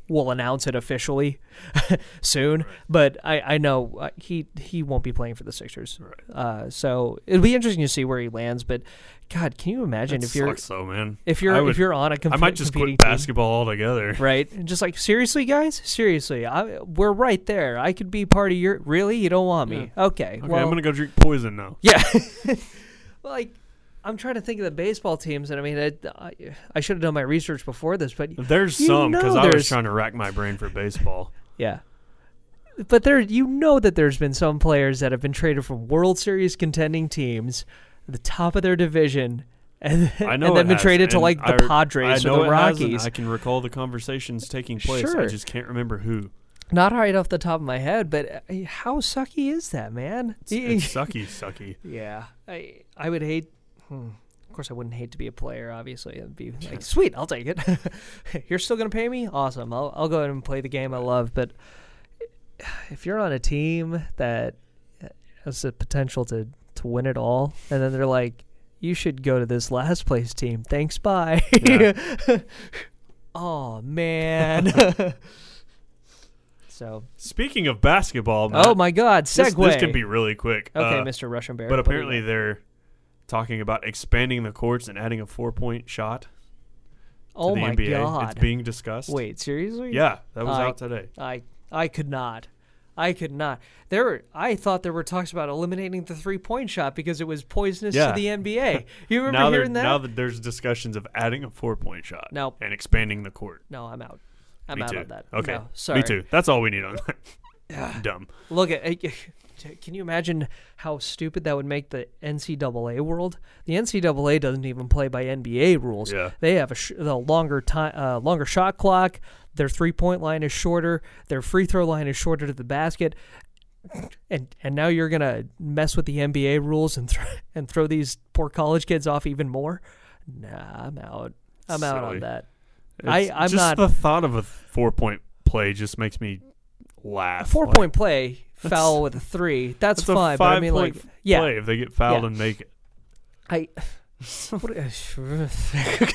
Speaker 2: we'll announce it officially soon. But I I know uh, he he won't be playing for the Sixers. Right. Uh, so it'll be interesting to see where he lands. But God, can you imagine
Speaker 6: That
Speaker 2: if you're
Speaker 6: sucks though, man.
Speaker 2: if you're
Speaker 6: I would-
Speaker 2: if you're on a comp-
Speaker 6: I might just
Speaker 2: competing
Speaker 6: quit
Speaker 2: team,
Speaker 6: basketball altogether.
Speaker 2: Right, and just like seriously, guys, seriously, I, we're right there. I could be part of your. Really, you don't want me? Okay,
Speaker 6: Okay,
Speaker 2: well,
Speaker 6: I'm gonna go drink poison now.
Speaker 2: yeah. Well, like, I'm trying to think of the baseball teams, and I mean, it, I, I should have done my research before this, but
Speaker 6: There's
Speaker 2: you
Speaker 6: some
Speaker 2: know
Speaker 6: because I was
Speaker 2: there's-
Speaker 6: trying to rack my brain for baseball.
Speaker 2: yeah. But there, you know that there's been some players that have been traded from World Series contending teams, the top of their division, and
Speaker 6: I know
Speaker 2: and
Speaker 6: it
Speaker 2: then been
Speaker 6: has,
Speaker 2: traded to
Speaker 6: and
Speaker 2: like the
Speaker 6: I-
Speaker 2: Padres
Speaker 6: I know
Speaker 2: or the
Speaker 6: it has, and
Speaker 2: Rockies.
Speaker 6: I can recall the conversations taking place. I
Speaker 2: Sure.
Speaker 6: just can't remember who.
Speaker 2: Not right off the top of my head, but uh, how sucky is that, man?
Speaker 6: It's sucky, sucky.
Speaker 2: Yeah, I I would hate. Hmm. Of course, I wouldn't hate to be a player. Obviously, I'd be like, sweet, I'll take it. you're still gonna pay me? Awesome. I'll I'll go ahead and play the game I love. But if you're on a team that has the potential to to win it all, and then they're like, you should go to this last place team. Thanks, bye. oh man. so,
Speaker 6: Speaking of basketball,
Speaker 2: oh
Speaker 6: Matt,
Speaker 2: my God,
Speaker 6: Uh, this,
Speaker 2: segue.
Speaker 6: this can be really quick.
Speaker 2: okay,
Speaker 6: Uh,
Speaker 2: Mr. Russian Bear.
Speaker 6: But
Speaker 2: what do you
Speaker 6: apparently
Speaker 2: got?
Speaker 6: they're talking about expanding the courts and adding a four-point shot to
Speaker 2: oh
Speaker 6: the
Speaker 2: my
Speaker 6: NBA.
Speaker 2: God,
Speaker 6: It's being discussed.
Speaker 2: Wait, Uh, seriously?
Speaker 6: Yeah, that was
Speaker 2: I-
Speaker 6: out today.
Speaker 2: I I could not. I could not. There were, I thought there were talks about eliminating the three point shot because it was poisonous
Speaker 6: Yeah.
Speaker 2: to the NBA. You remember
Speaker 6: now they're-
Speaker 2: hearing that?
Speaker 6: now that there's discussions of adding a four-point shot
Speaker 2: Nope.
Speaker 6: and expanding the court.
Speaker 2: no, I'm out. I'm
Speaker 6: Me
Speaker 2: out
Speaker 6: too.
Speaker 2: on that.
Speaker 6: Okay.
Speaker 2: No, sorry.
Speaker 6: Me too. That's all we need on that. Dumb.
Speaker 2: Look at can you imagine how stupid that would make the NCAA world? The NCAA doesn't even play by NBA rules.
Speaker 6: Yeah.
Speaker 2: They have a, sh- the longer time, uh, longer shot clock. Their three point line is shorter. Their free throw line is shorter to the basket. And and now you're gonna mess with the NBA rules and throw and throw these poor college kids off even more. Nah, I'm out. I'm out
Speaker 6: Silly.
Speaker 2: on that. I
Speaker 6: It's-
Speaker 2: I'm
Speaker 6: just
Speaker 2: not
Speaker 6: the thought of a four-point play just makes me laugh.
Speaker 2: four
Speaker 6: Like,
Speaker 2: point play foul with a three. That's,
Speaker 6: It's a
Speaker 2: fine.
Speaker 6: five-point
Speaker 2: But I mean, like, yeah,
Speaker 6: play if they get fouled
Speaker 2: Yeah.
Speaker 6: and make it.
Speaker 2: I. what a-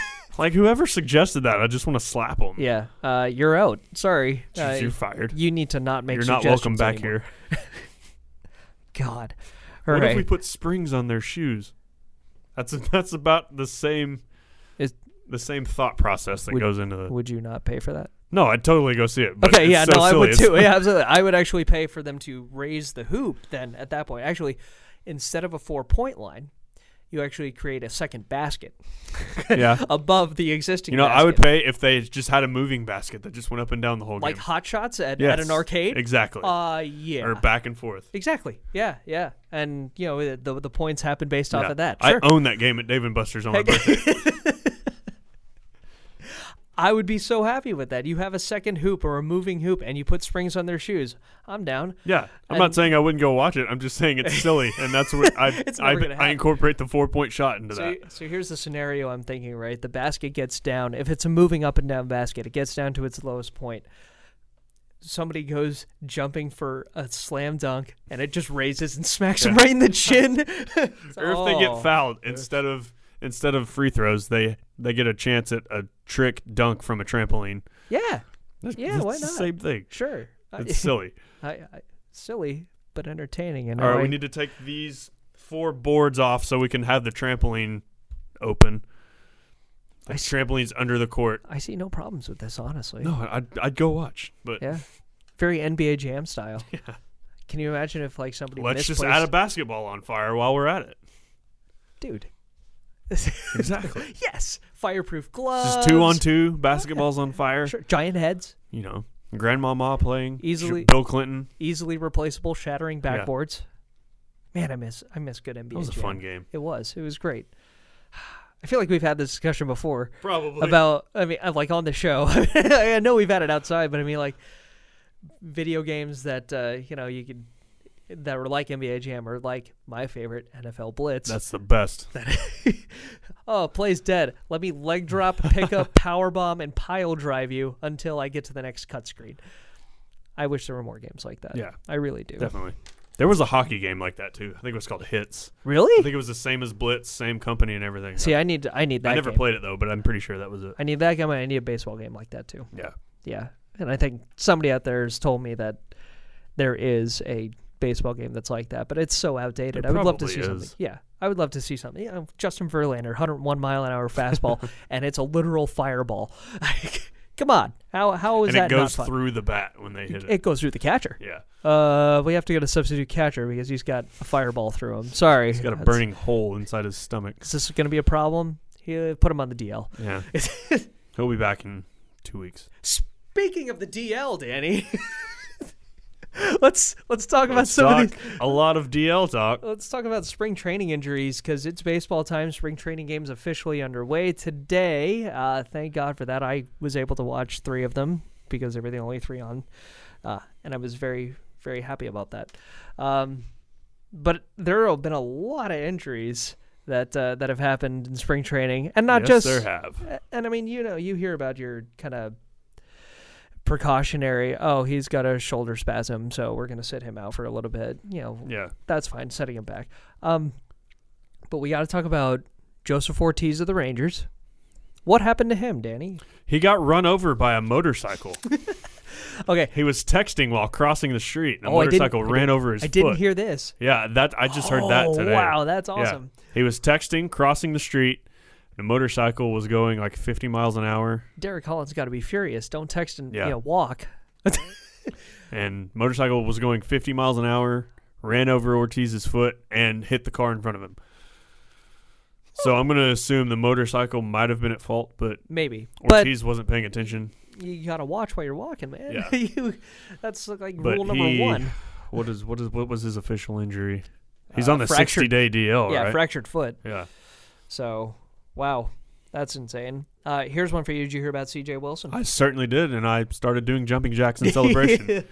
Speaker 6: Like whoever suggested that, I just want to slap them.
Speaker 2: yeah, uh, you're out. Sorry. Uh,
Speaker 6: you're fired.
Speaker 2: you need to not make.
Speaker 6: You're not welcome
Speaker 2: suggestions
Speaker 6: back
Speaker 2: anymore.
Speaker 6: here.
Speaker 2: God. All
Speaker 6: what
Speaker 2: right.
Speaker 6: if we put springs on their shoes? That's that's about the same.
Speaker 2: Is-
Speaker 6: the same thought process that
Speaker 2: Would-
Speaker 6: goes into the.
Speaker 2: Would you not pay for that?
Speaker 6: no, I'd totally go see it. But
Speaker 2: Okay,
Speaker 6: it's
Speaker 2: yeah,
Speaker 6: so
Speaker 2: no, I
Speaker 6: silly.
Speaker 2: would
Speaker 6: It's-
Speaker 2: too. Yeah, absolutely. I would actually pay for them to raise the hoop then at that point. Actually, instead of a four point line, you actually create a second basket Oh,
Speaker 6: yeah.
Speaker 2: above the existing
Speaker 6: You know, I would
Speaker 2: basket.
Speaker 6: pay if they just had a moving basket that just went up and down the whole
Speaker 2: like
Speaker 6: game.
Speaker 2: hot shots at,
Speaker 6: Yes,
Speaker 2: at an arcade.
Speaker 6: Exactly.
Speaker 2: Uh yeah.
Speaker 6: Or back and forth.
Speaker 2: Exactly. Yeah, yeah. And you know, the the points happen based off
Speaker 6: Yeah.
Speaker 2: of that.
Speaker 6: I
Speaker 2: Sure.
Speaker 6: own that game at Dave and Buster's on my birthday.
Speaker 2: I would be so happy with that. You have a second hoop or a moving hoop and you put springs on their shoes. I'm down.
Speaker 6: Yeah. I'm
Speaker 2: And-
Speaker 6: not saying I wouldn't go watch it. I'm just saying it's silly. And that's what I,
Speaker 2: It's
Speaker 6: I,
Speaker 2: never gonna
Speaker 6: I
Speaker 2: happen.
Speaker 6: incorporate the four point shot into
Speaker 2: So,
Speaker 6: that.
Speaker 2: so here's the scenario I'm thinking, right? The basket gets down. If it's a moving up and down basket, it gets down to its lowest point. Somebody goes jumping for a slam dunk and it just raises and smacks him right in the chin.
Speaker 6: Or if they
Speaker 2: Oh.
Speaker 6: get fouled instead of instead of free throws, they they get a chance at a trick dunk from a trampoline.
Speaker 2: Yeah. Yeah,
Speaker 6: it's
Speaker 2: why
Speaker 6: the
Speaker 2: not?
Speaker 6: same thing.
Speaker 2: Sure. I-
Speaker 6: It's silly.
Speaker 2: I, I, silly, but entertaining. And
Speaker 6: All right,
Speaker 2: I-
Speaker 6: we need to take these four boards off so we can have the trampoline open. The trampoline's under the court.
Speaker 2: I see no problems with this, honestly.
Speaker 6: No, I'd, I'd go watch, but
Speaker 2: Yeah. Very NBA Jam style. Yeah. Can you imagine if like somebody
Speaker 6: let's just
Speaker 2: misplaced-
Speaker 6: add a basketball on fire while we're at it.
Speaker 2: dude?
Speaker 6: Exactly.
Speaker 2: Yes, fireproof gloves.
Speaker 6: just two on two, basketballs on fire.
Speaker 2: Sure. Giant heads,
Speaker 6: You know, grandmama playing
Speaker 2: Easily-
Speaker 6: Bill Clinton.
Speaker 2: easily replaceable, shattering
Speaker 6: Yeah.
Speaker 2: backboards. Man, I miss I miss good NBA.
Speaker 6: That was a
Speaker 2: Jam.
Speaker 6: fun game.
Speaker 2: It was. It was great. I feel like we've had this discussion before.
Speaker 6: Probably.
Speaker 2: about I mean uh, like on the show. I know we've had it outside, but I mean like video games that uh, you know you could that were like NBA Jam or like my favorite NFL Blitz.
Speaker 6: That's the best.
Speaker 2: oh, play's dead. Let me leg drop, pick up, power bomb, and pile drive you until I get to the next cut screen. I wish there were more games like that.
Speaker 6: Yeah.
Speaker 2: I really do.
Speaker 6: Definitely. There was a hockey game like that too. I think it was called Hits. I
Speaker 2: Really?
Speaker 6: think it was the same as Blitz, same company and everything.
Speaker 2: See, I need to, I need that.
Speaker 6: I never
Speaker 2: game.
Speaker 6: played it though, but I'm pretty sure that was it.
Speaker 2: I need that game. and I need a baseball game like that too.
Speaker 6: Yeah.
Speaker 2: Yeah. And I think somebody out there has told me that there is a baseball game that's like that, but it's so outdated.
Speaker 6: There
Speaker 2: I would love to
Speaker 6: probably
Speaker 2: see something.
Speaker 6: is.
Speaker 2: Yeah. I would love to see something. You know, Justin Verlander, 101 mile an hour fastball, and it's a literal fireball. Come on. How how is
Speaker 6: And
Speaker 2: that
Speaker 6: it goes
Speaker 2: not fun?
Speaker 6: through the bat when they hit it.
Speaker 2: It goes through the catcher.
Speaker 6: yeah.
Speaker 2: Uh, we have to get a substitute catcher because he's got a fireball through him. Sorry,
Speaker 6: He's got a
Speaker 2: That's-
Speaker 6: burning hole inside his stomach.
Speaker 2: Is this going to be a problem? He put him on the DL.
Speaker 6: Yeah. He'll be back in two weeks.
Speaker 2: Speaking of the DL, Danny, let's let's talk about
Speaker 6: Let's
Speaker 2: some of
Speaker 6: talk
Speaker 2: these.
Speaker 6: a lot of DL talk.
Speaker 2: Let's talk about spring training injuries because it's baseball time. Spring training games officially underway today. Uh, thank God for that. I was able to watch three of them because there were the only three on, uh, and I was very very happy about that. Um, but there have been a lot of injuries that uh, that have happened in spring training, and not
Speaker 6: yes,
Speaker 2: just
Speaker 6: there have.
Speaker 2: a- and I mean, you know, you hear about your kind of precautionary. Oh, he's got a shoulder spasm, so we're going to sit him out for a little bit. You know,
Speaker 6: Yeah.
Speaker 2: that's fine, setting him back. Um, but we got to talk about Joseph Ortiz of the Rangers. What happened to him, Danny?
Speaker 6: He got run over by a motorcycle.
Speaker 2: Okay,
Speaker 6: he was texting while crossing the street, and a
Speaker 2: Oh, I didn't-
Speaker 6: motorcycle
Speaker 2: I
Speaker 6: ran over his
Speaker 2: I didn't
Speaker 6: foot.
Speaker 2: hear this.
Speaker 6: Yeah, that I just heard that
Speaker 2: Oh,
Speaker 6: today.
Speaker 2: wow, that's
Speaker 6: Yeah.
Speaker 2: awesome.
Speaker 6: He was texting, crossing the street. The motorcycle was going like 50 miles an hour,
Speaker 2: Derek Holland's got to be furious. Don't text and
Speaker 6: Yeah.
Speaker 2: you know, walk.
Speaker 6: and motorcycle was going 50 miles an hour, ran over Ortiz's foot, and hit the car in front of him. So I'm gonna assume the motorcycle might have been at fault, but
Speaker 2: Maybe,
Speaker 6: Ortiz wasn't paying attention.
Speaker 2: but you got to watch while you're walking, man.
Speaker 6: Yeah.
Speaker 2: you, that's like
Speaker 6: But
Speaker 2: rule number
Speaker 6: he-
Speaker 2: one.
Speaker 6: What is what is what was his official injury? He's
Speaker 2: Uh,
Speaker 6: on the
Speaker 2: fractured-
Speaker 6: 60 day DL,
Speaker 2: Yeah,
Speaker 6: right?
Speaker 2: fractured foot.
Speaker 6: yeah.
Speaker 2: So, wow, that's insane. Uh, here's one for you. Did you hear about C.J. Wilson?
Speaker 6: I certainly did, and I started doing jumping jacks in celebration.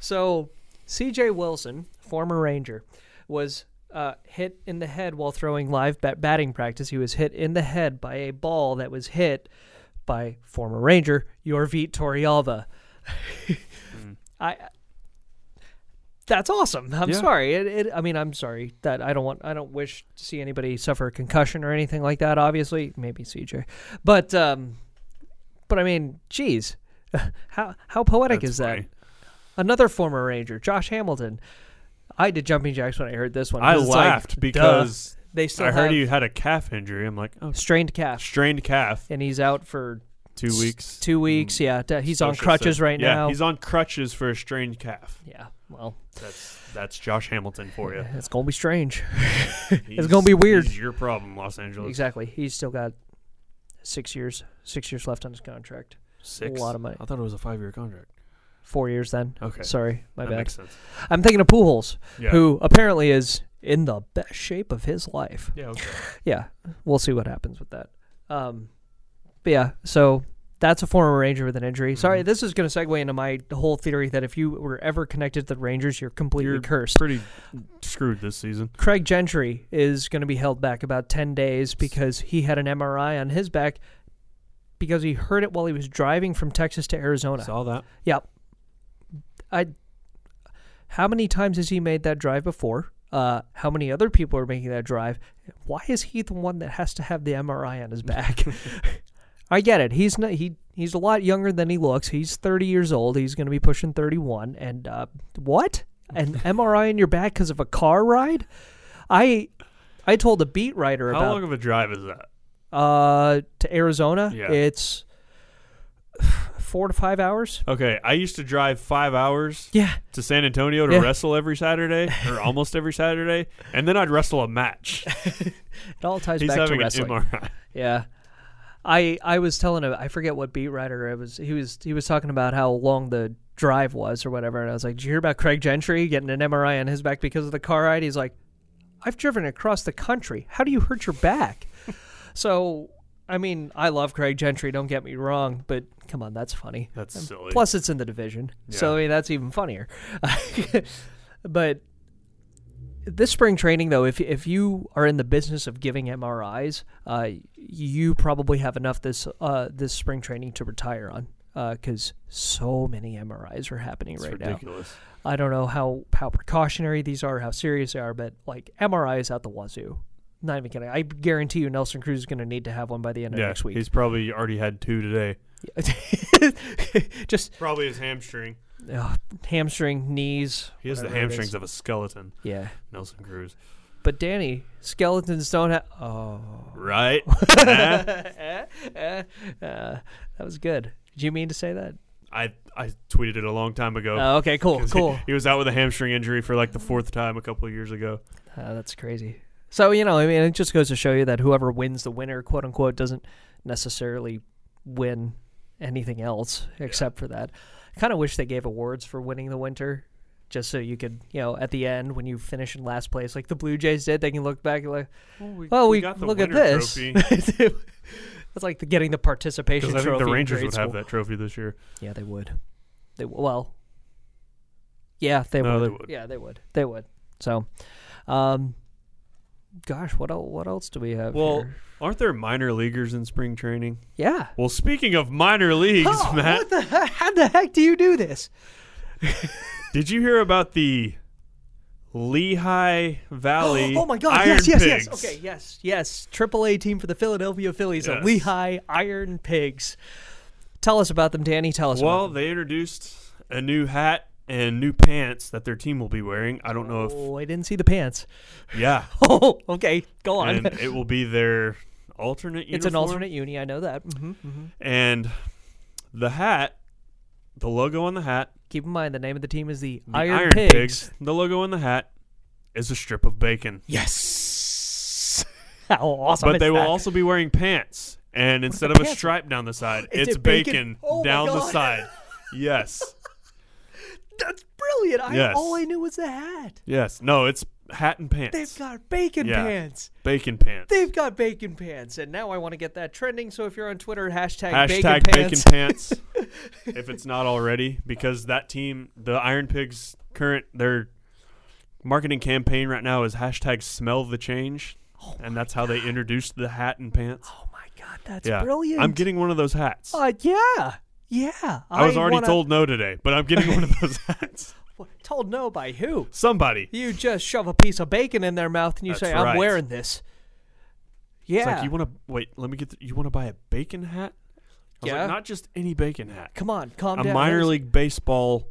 Speaker 2: So, C.J. Wilson, former Ranger, was uh, hit in the head while throwing live bat- batting practice. He was hit in the head by a ball that was hit by former Ranger Yorvit Torrealba.
Speaker 6: Hmm.
Speaker 2: I. That's awesome. I'm
Speaker 6: Yeah.
Speaker 2: sorry. It, it, I mean, I'm sorry that I don't want. I don't wish to see anybody suffer a concussion or anything like that. Obviously, maybe CJ, but um, but I mean, geez, how how poetic
Speaker 6: That's
Speaker 2: is
Speaker 6: funny.
Speaker 2: that? Another former Ranger, Josh Hamilton. I did jumping jacks when I heard this one.
Speaker 6: I
Speaker 2: It's like,
Speaker 6: laughed
Speaker 2: duh.
Speaker 6: because
Speaker 2: They still
Speaker 6: I heard
Speaker 2: have
Speaker 6: he had a calf injury. I'm like, oh,
Speaker 2: strained calf,
Speaker 6: strained calf.
Speaker 2: and he's out for
Speaker 6: Two weeks. Mm.
Speaker 2: two weeks. Yeah, d- he's on
Speaker 6: Socia
Speaker 2: crutches
Speaker 6: said-
Speaker 2: right
Speaker 6: yeah,
Speaker 2: now.
Speaker 6: He's on crutches for a strained calf.
Speaker 2: yeah, well,
Speaker 6: That's that's Josh Hamilton for you.
Speaker 2: it's gonna be strange.
Speaker 6: It's
Speaker 2: gonna be weird.
Speaker 6: He's your problem, Los Angeles.
Speaker 2: exactly. He's still got six years, six years left on his contract.
Speaker 6: Six.
Speaker 2: A lot of money.
Speaker 6: I thought it was a five-year contract.
Speaker 2: Four years then.
Speaker 6: Okay.
Speaker 2: Sorry, my
Speaker 6: that
Speaker 2: bad.
Speaker 6: makes sense.
Speaker 2: I'm thinking of Pujols,
Speaker 6: Yeah.
Speaker 2: who apparently is in the best shape of his life.
Speaker 6: Yeah. Okay.
Speaker 2: Yeah, we'll see what happens with that. Um, but yeah, so that's a former Ranger with an injury. Sorry, this is going to segue into my whole theory that if you were ever connected to the Rangers, you're completely
Speaker 6: You're
Speaker 2: cursed.
Speaker 6: pretty screwed this season.
Speaker 2: Craig Gentry is going to be held back about 10 days because he had an MRI on his back because he heard it while he was driving from Texas to Arizona.
Speaker 6: Saw that.
Speaker 2: Yep. I. How many times has he made that drive before? Uh, how many other people are making that drive? Why is he the one that has to have the MRI on his back? I get it. He's not. He he's a lot younger than he looks. He's thirty years old. He's going to be pushing thirty-one. And uh, what? An MRI in your back because of a car ride? I I told a beat writer
Speaker 6: How
Speaker 2: about
Speaker 6: long of a drive is that?
Speaker 2: uh to Arizona.
Speaker 6: Yeah.
Speaker 2: It's four to five hours.
Speaker 6: Okay, I used to drive five hours
Speaker 2: Yeah.
Speaker 6: to San Antonio to
Speaker 2: Yeah.
Speaker 6: wrestle every Saturday or almost every Saturday, and then I'd wrestle a match.
Speaker 2: It all ties
Speaker 6: He's
Speaker 2: back to
Speaker 6: having an
Speaker 2: wrestling.
Speaker 6: MRI.
Speaker 2: Yeah. I I was telling him I forget what beat writer it was he was he was talking about how long the drive was or whatever and I was like, Did you hear about Craig Gentry getting an MRI on his back because of the car ride? He's like, I've driven across the country. How do you hurt your back? so I mean, I love Craig Gentry, don't get me wrong, but come on, that's funny.
Speaker 6: That's silly.
Speaker 2: Plus, it's in the division, so I mean that's even funnier. but this spring training, though, if if you are in the business of giving MRIs, uh, you probably have enough this uh, this spring training to retire on because so many MRIs are happening right
Speaker 6: ridiculous.
Speaker 2: now. I don't know how how precautionary these are, how serious they are, but like MRIs out the wazoo. Not even kidding. I guarantee you, Nelson Cruz is going to need to have one by the end of
Speaker 6: Yeah,
Speaker 2: next week.
Speaker 6: he's probably already had two today.
Speaker 2: Just
Speaker 6: Probably his hamstring.
Speaker 2: uh, hamstring, knees.
Speaker 6: He has the
Speaker 2: whatever it is.
Speaker 6: hamstrings of a skeleton.
Speaker 2: Yeah.
Speaker 6: Nelson Cruz.
Speaker 2: But Danny, skeletons don't have. Oh,
Speaker 6: Right?
Speaker 2: that was good. Did you mean to say that?
Speaker 6: I I tweeted it a long time ago.
Speaker 2: Oh, okay, cool,
Speaker 6: 'Cause he-
Speaker 2: cool.
Speaker 6: He, was out with a hamstring injury for like the fourth time a couple of years ago.
Speaker 2: Uh, that's crazy. So you know, I mean, it just goes to show you that whoever wins the winner, quote unquote, doesn't necessarily win anything else except for that. I kind of wish they gave awards for winning the winter, just so you could, you know, at the end when you finish in last place, like the Blue Jays did, they can look back and like, well,
Speaker 6: we
Speaker 2: we,
Speaker 6: got the
Speaker 2: look at
Speaker 6: winner
Speaker 2: this.
Speaker 6: trophy.
Speaker 2: That's like the, getting the participation
Speaker 6: Because
Speaker 2: trophy.
Speaker 6: I think the
Speaker 2: in
Speaker 6: Rangers
Speaker 2: grade
Speaker 6: would have
Speaker 2: school.
Speaker 6: that trophy this year.
Speaker 2: Yeah, they would. They w- well. Yeah, they,
Speaker 6: No,
Speaker 2: would.
Speaker 6: they would.
Speaker 2: Yeah, they would. They would. So, um, gosh, what el what else do we have?
Speaker 6: Well,
Speaker 2: here?
Speaker 6: aren't there minor leaguers in spring training?
Speaker 2: yeah.
Speaker 6: Well, speaking of minor leagues,
Speaker 2: Oh,
Speaker 6: Matt,
Speaker 2: what the heck? How the heck do you do this?
Speaker 6: did you hear about the Lehigh Valley?
Speaker 2: oh my God!
Speaker 6: Iron
Speaker 2: yes, yes,
Speaker 6: Pigs?
Speaker 2: yes. Okay, yes, yes. Triple A team for the Philadelphia Phillies, the
Speaker 6: Yes.
Speaker 2: Lehigh Iron Pigs. Tell us about them, Danny. Tell us.
Speaker 6: Well,
Speaker 2: about
Speaker 6: they introduced a new hat and new pants that their team will be wearing. I don't know
Speaker 2: them. oh, I didn't see the pants.
Speaker 6: if yeah,
Speaker 2: Oh, okay. Go on.
Speaker 6: and it will be their alternate. Uniform.
Speaker 2: it's an alternate uni. I know that. hmm
Speaker 6: and the hat, the logo on the hat,
Speaker 2: Keep in mind, the name of the team is the,
Speaker 6: the
Speaker 2: Iron,
Speaker 6: Iron Pigs.
Speaker 2: Pigs.
Speaker 6: the logo on the hat is a strip of bacon.
Speaker 2: Yes. How awesome!
Speaker 6: but
Speaker 2: is
Speaker 6: they will
Speaker 2: that?
Speaker 6: also be wearing pants, and instead
Speaker 2: the
Speaker 6: of a
Speaker 2: pants?
Speaker 6: stripe down the side,
Speaker 2: Is
Speaker 6: it's
Speaker 2: it bacon?
Speaker 6: bacon,
Speaker 2: Oh my
Speaker 6: down the
Speaker 2: God.
Speaker 6: side. Yes,
Speaker 2: That's brilliant. I,
Speaker 6: Yes.
Speaker 2: All I knew was the hat.
Speaker 6: yes. No, it's hat and pants.
Speaker 2: They've got bacon
Speaker 6: Yeah.
Speaker 2: pants.
Speaker 6: bacon pants.
Speaker 2: They've got bacon pants, and now I want to get that trending. So if you're on Twitter, hashtag,
Speaker 6: Hashtag
Speaker 2: bacon,
Speaker 6: bacon
Speaker 2: pants.
Speaker 6: pants, if it's not already, because that team, the Iron Pigs, current their marketing campaign right now is hashtag Smell the Change, and that's how they introduced the hat and pants.
Speaker 2: Oh my god, that's
Speaker 6: yeah,
Speaker 2: brilliant.
Speaker 6: I'm getting one of those hats.
Speaker 2: Uh, yeah, yeah.
Speaker 6: I was already
Speaker 2: wanna-
Speaker 6: told no today, but I'm getting one of those hats.
Speaker 2: Told no by who?
Speaker 6: Somebody.
Speaker 2: You just shove a piece of bacon in their mouth and you
Speaker 6: That's
Speaker 2: say, "I'm
Speaker 6: right.
Speaker 2: wearing this." Yeah.
Speaker 6: It's like you want to wait. Let me get. The, you want to buy a bacon hat? I was
Speaker 2: Yeah.
Speaker 6: like, not just any bacon hat.
Speaker 2: Come on, calm
Speaker 6: a
Speaker 2: down.
Speaker 6: minor
Speaker 2: There's-
Speaker 6: league baseball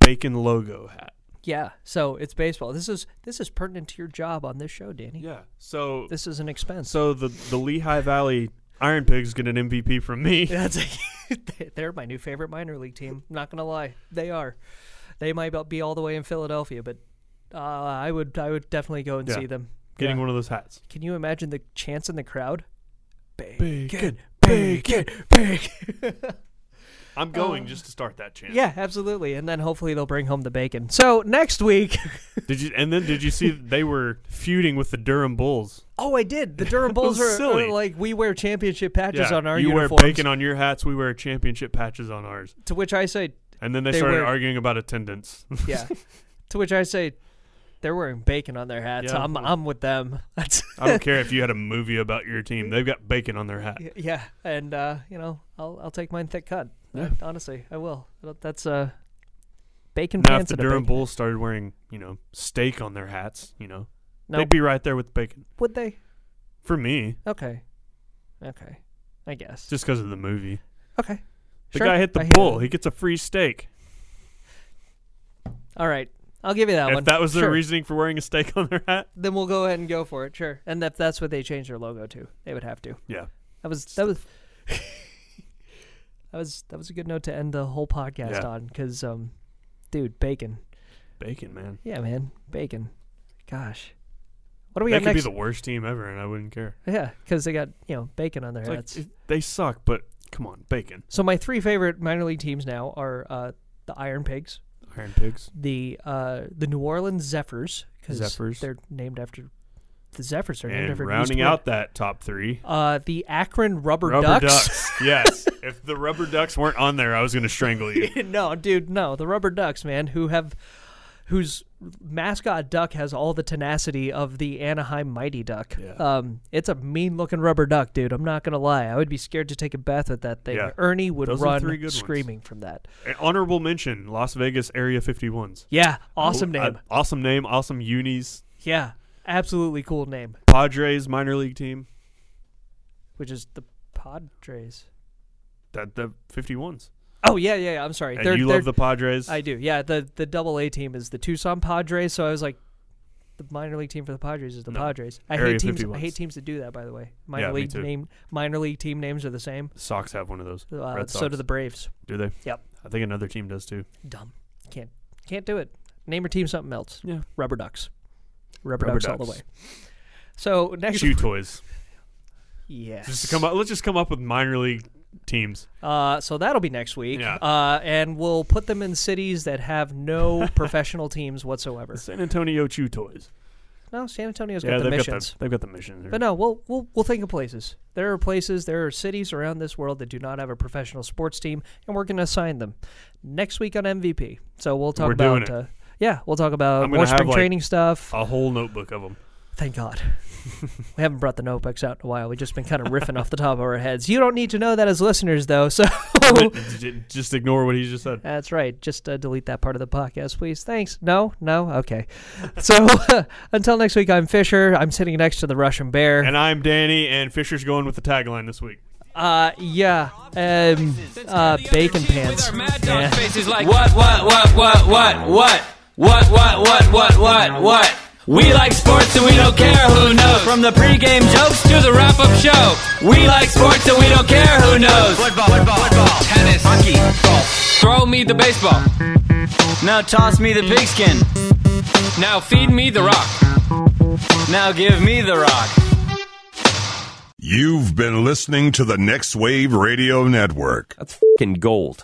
Speaker 6: bacon logo hat.
Speaker 2: Yeah. So it's baseball. This is this is pertinent to your job on this show, Danny.
Speaker 6: Yeah. So
Speaker 2: This is an expense.
Speaker 6: so the the Lehigh Valley Iron Pigs get an MVP from me.
Speaker 2: That's a, they're my new favorite minor league team. Not gonna lie, they are. They might about be all the way in Philadelphia, but uh, I would I would definitely go and
Speaker 6: Yeah.
Speaker 2: see them.
Speaker 6: Getting
Speaker 2: Yeah.
Speaker 6: one of those hats.
Speaker 2: Can you imagine the chance in the crowd?
Speaker 6: Bacon,
Speaker 2: bacon, bacon.
Speaker 6: I'm going just to start that chant.
Speaker 2: Oh. yeah, absolutely. And then hopefully they'll bring home the bacon. So next week,
Speaker 6: Did you? And then did you see they were feuding with the Durham Bulls?
Speaker 2: oh, I did. The Durham Bulls
Speaker 6: was
Speaker 2: are,
Speaker 6: silly.
Speaker 2: are like we wear championship patches on our
Speaker 6: you
Speaker 2: uniforms.
Speaker 6: wear bacon on your hats. We wear championship patches on ours.
Speaker 2: to which I say,
Speaker 6: And then they,
Speaker 2: They
Speaker 6: started
Speaker 2: wear-
Speaker 6: arguing about attendance.
Speaker 2: yeah. to which I say, they're wearing bacon on their hats.
Speaker 6: Yeah.
Speaker 2: I'm I'm with them. That's
Speaker 6: I don't care if you had a movie about your team; they've got bacon on their hat.
Speaker 2: Y- Yeah, and uh, you know, I'll I'll take mine thick cut.
Speaker 6: Yeah.
Speaker 2: I- honestly, I will. That- That's uh, bacon
Speaker 6: Now, if
Speaker 2: pants
Speaker 6: the
Speaker 2: and a
Speaker 6: Durham
Speaker 2: bacon.
Speaker 6: Bulls started wearing, you know, steak on their hats, you know,
Speaker 2: No,
Speaker 6: they'd be right there with bacon.
Speaker 2: would they?
Speaker 6: For me,
Speaker 2: Okay, okay, I guess.
Speaker 6: just because of the movie,
Speaker 2: okay.
Speaker 6: the
Speaker 2: Sure,
Speaker 6: guy hit
Speaker 2: I
Speaker 6: the
Speaker 2: hear
Speaker 6: bull;
Speaker 2: that.
Speaker 6: he gets a free steak.
Speaker 2: All right, I'll give you that one.
Speaker 6: if that was their
Speaker 2: Sure.
Speaker 6: reasoning for wearing a steak on their hat,
Speaker 2: then we'll go ahead and go for it. Sure, and if that's what they changed their logo to, they would have to.
Speaker 6: yeah,
Speaker 2: That was that was that was that was a good note to end the whole podcast
Speaker 6: Yeah.
Speaker 2: on, because um, dude, bacon.
Speaker 6: bacon, man.
Speaker 2: Yeah, man, bacon. Gosh, what do we
Speaker 6: They
Speaker 2: got
Speaker 6: could be
Speaker 2: next?
Speaker 6: the worst team ever, and I wouldn't care.
Speaker 2: Yeah, because they got you know bacon on their
Speaker 6: It's like,
Speaker 2: heads.
Speaker 6: it- they suck, but come on, bacon,
Speaker 2: so my three favorite minor league teams now are uh, the Iron Pigs,
Speaker 6: Iron Pigs.
Speaker 2: the uh, the New Orleans Zephyrs, because
Speaker 6: Zephyrs.
Speaker 2: they're named after the Zephyrs are named
Speaker 6: And
Speaker 2: after an
Speaker 6: rounding
Speaker 2: Eastwood.
Speaker 6: out that top three,
Speaker 2: uh, the Akron Rubber,
Speaker 6: rubber
Speaker 2: Ducks.
Speaker 6: yes, if the rubber ducks weren't on there, I was going to strangle you.
Speaker 2: no, dude, no, the Rubber Ducks, man, who have whose mascot duck has all the tenacity of the Anaheim Mighty Duck. Um, it's a mean looking rubber duck, dude. I'm not gonna lie. I would be scared to take a bath with that thing.
Speaker 6: Yeah.
Speaker 2: Ernie would
Speaker 6: Those are
Speaker 2: run
Speaker 6: three good ones.
Speaker 2: screaming from that.
Speaker 6: An honorable mention: Las Vegas Area 51s.
Speaker 2: Yeah, awesome
Speaker 6: Uh,
Speaker 2: name.
Speaker 6: awesome name. Awesome unis.
Speaker 2: yeah, absolutely cool name,
Speaker 6: Padres minor league team.
Speaker 2: which is the Padres.
Speaker 6: That the 51s.
Speaker 2: Oh yeah, yeah. yeah I'm sorry.
Speaker 6: And
Speaker 2: They're-
Speaker 6: you
Speaker 2: they're-
Speaker 6: love the Padres.
Speaker 2: I do. Yeah, the the double A team is the Tucson Padres. So I was like, the minor league team for the Padres is the Padres. I
Speaker 6: Area
Speaker 2: hate teams.
Speaker 6: 51s.
Speaker 2: I hate teams that do that. By the way, minor
Speaker 6: Yeah, me
Speaker 2: league
Speaker 6: too.
Speaker 2: name minor league team names are the same.
Speaker 6: Sox have one of those.
Speaker 2: Uh,
Speaker 6: Red Sox.
Speaker 2: so do the Braves.
Speaker 6: Do they?
Speaker 2: Yep.
Speaker 6: I think another team does too.
Speaker 2: Dumb. Can't can't do it. Name your team something else.
Speaker 6: Yeah.
Speaker 2: Rubber ducks. Rubber,
Speaker 6: Rubber
Speaker 2: ducks, all the way.
Speaker 6: ducks.
Speaker 2: So next.
Speaker 6: Shoe toys.
Speaker 2: Yeah.
Speaker 6: Just to come up. Let's just come up with minor league teams.
Speaker 2: Uh, so that'll be next week.
Speaker 6: Yeah.
Speaker 2: Uh, and we'll put them in cities that have no professional teams whatsoever.
Speaker 6: San Antonio Chew Toys.
Speaker 2: No, San Antonio's
Speaker 6: yeah,
Speaker 2: got the
Speaker 6: they've
Speaker 2: missions.
Speaker 6: got the they've got the mission. there.
Speaker 2: But no, we'll we'll we'll think of places. There are places, there are cities around this world that do not have a professional sports team, and we're going to assign them next week on MVP. So we'll talk
Speaker 6: We're doing
Speaker 2: about
Speaker 6: it.
Speaker 2: uh, yeah, we'll talk about
Speaker 6: I'm gonna
Speaker 2: more spring
Speaker 6: have, like-
Speaker 2: training stuff.
Speaker 6: A whole notebook of them.
Speaker 2: Thank God, we haven't brought the notebooks out in a while. We've just been kind of riffing off the top of our heads. You don't need to know that as listeners, though. So
Speaker 6: just ignore what he just said.
Speaker 2: that's right. Just uh, delete that part of the podcast, please. Thanks. No, no, okay. So until next week, I'm Fisher. I'm sitting next to the Russian bear.
Speaker 6: And I'm Danny, and Fisher's going with the tagline this week.
Speaker 2: Uh, yeah. Um, uh, bacon pants.
Speaker 5: Mad dog
Speaker 2: Yeah.
Speaker 5: faces like what, what, what, what, what, what, what, what, what, what, what, what. We like sports and we don't care who knows. From the pregame jokes to the wrap-up show, we like sports and we don't care who knows.
Speaker 4: Football, football, football, tennis, hockey, golf.
Speaker 5: Throw me the baseball.
Speaker 7: Now toss me the pigskin.
Speaker 5: Now feed me the rock.
Speaker 7: Now give me the rock.
Speaker 1: You've been listening to the Next Wave Radio Network.
Speaker 8: That's fing gold.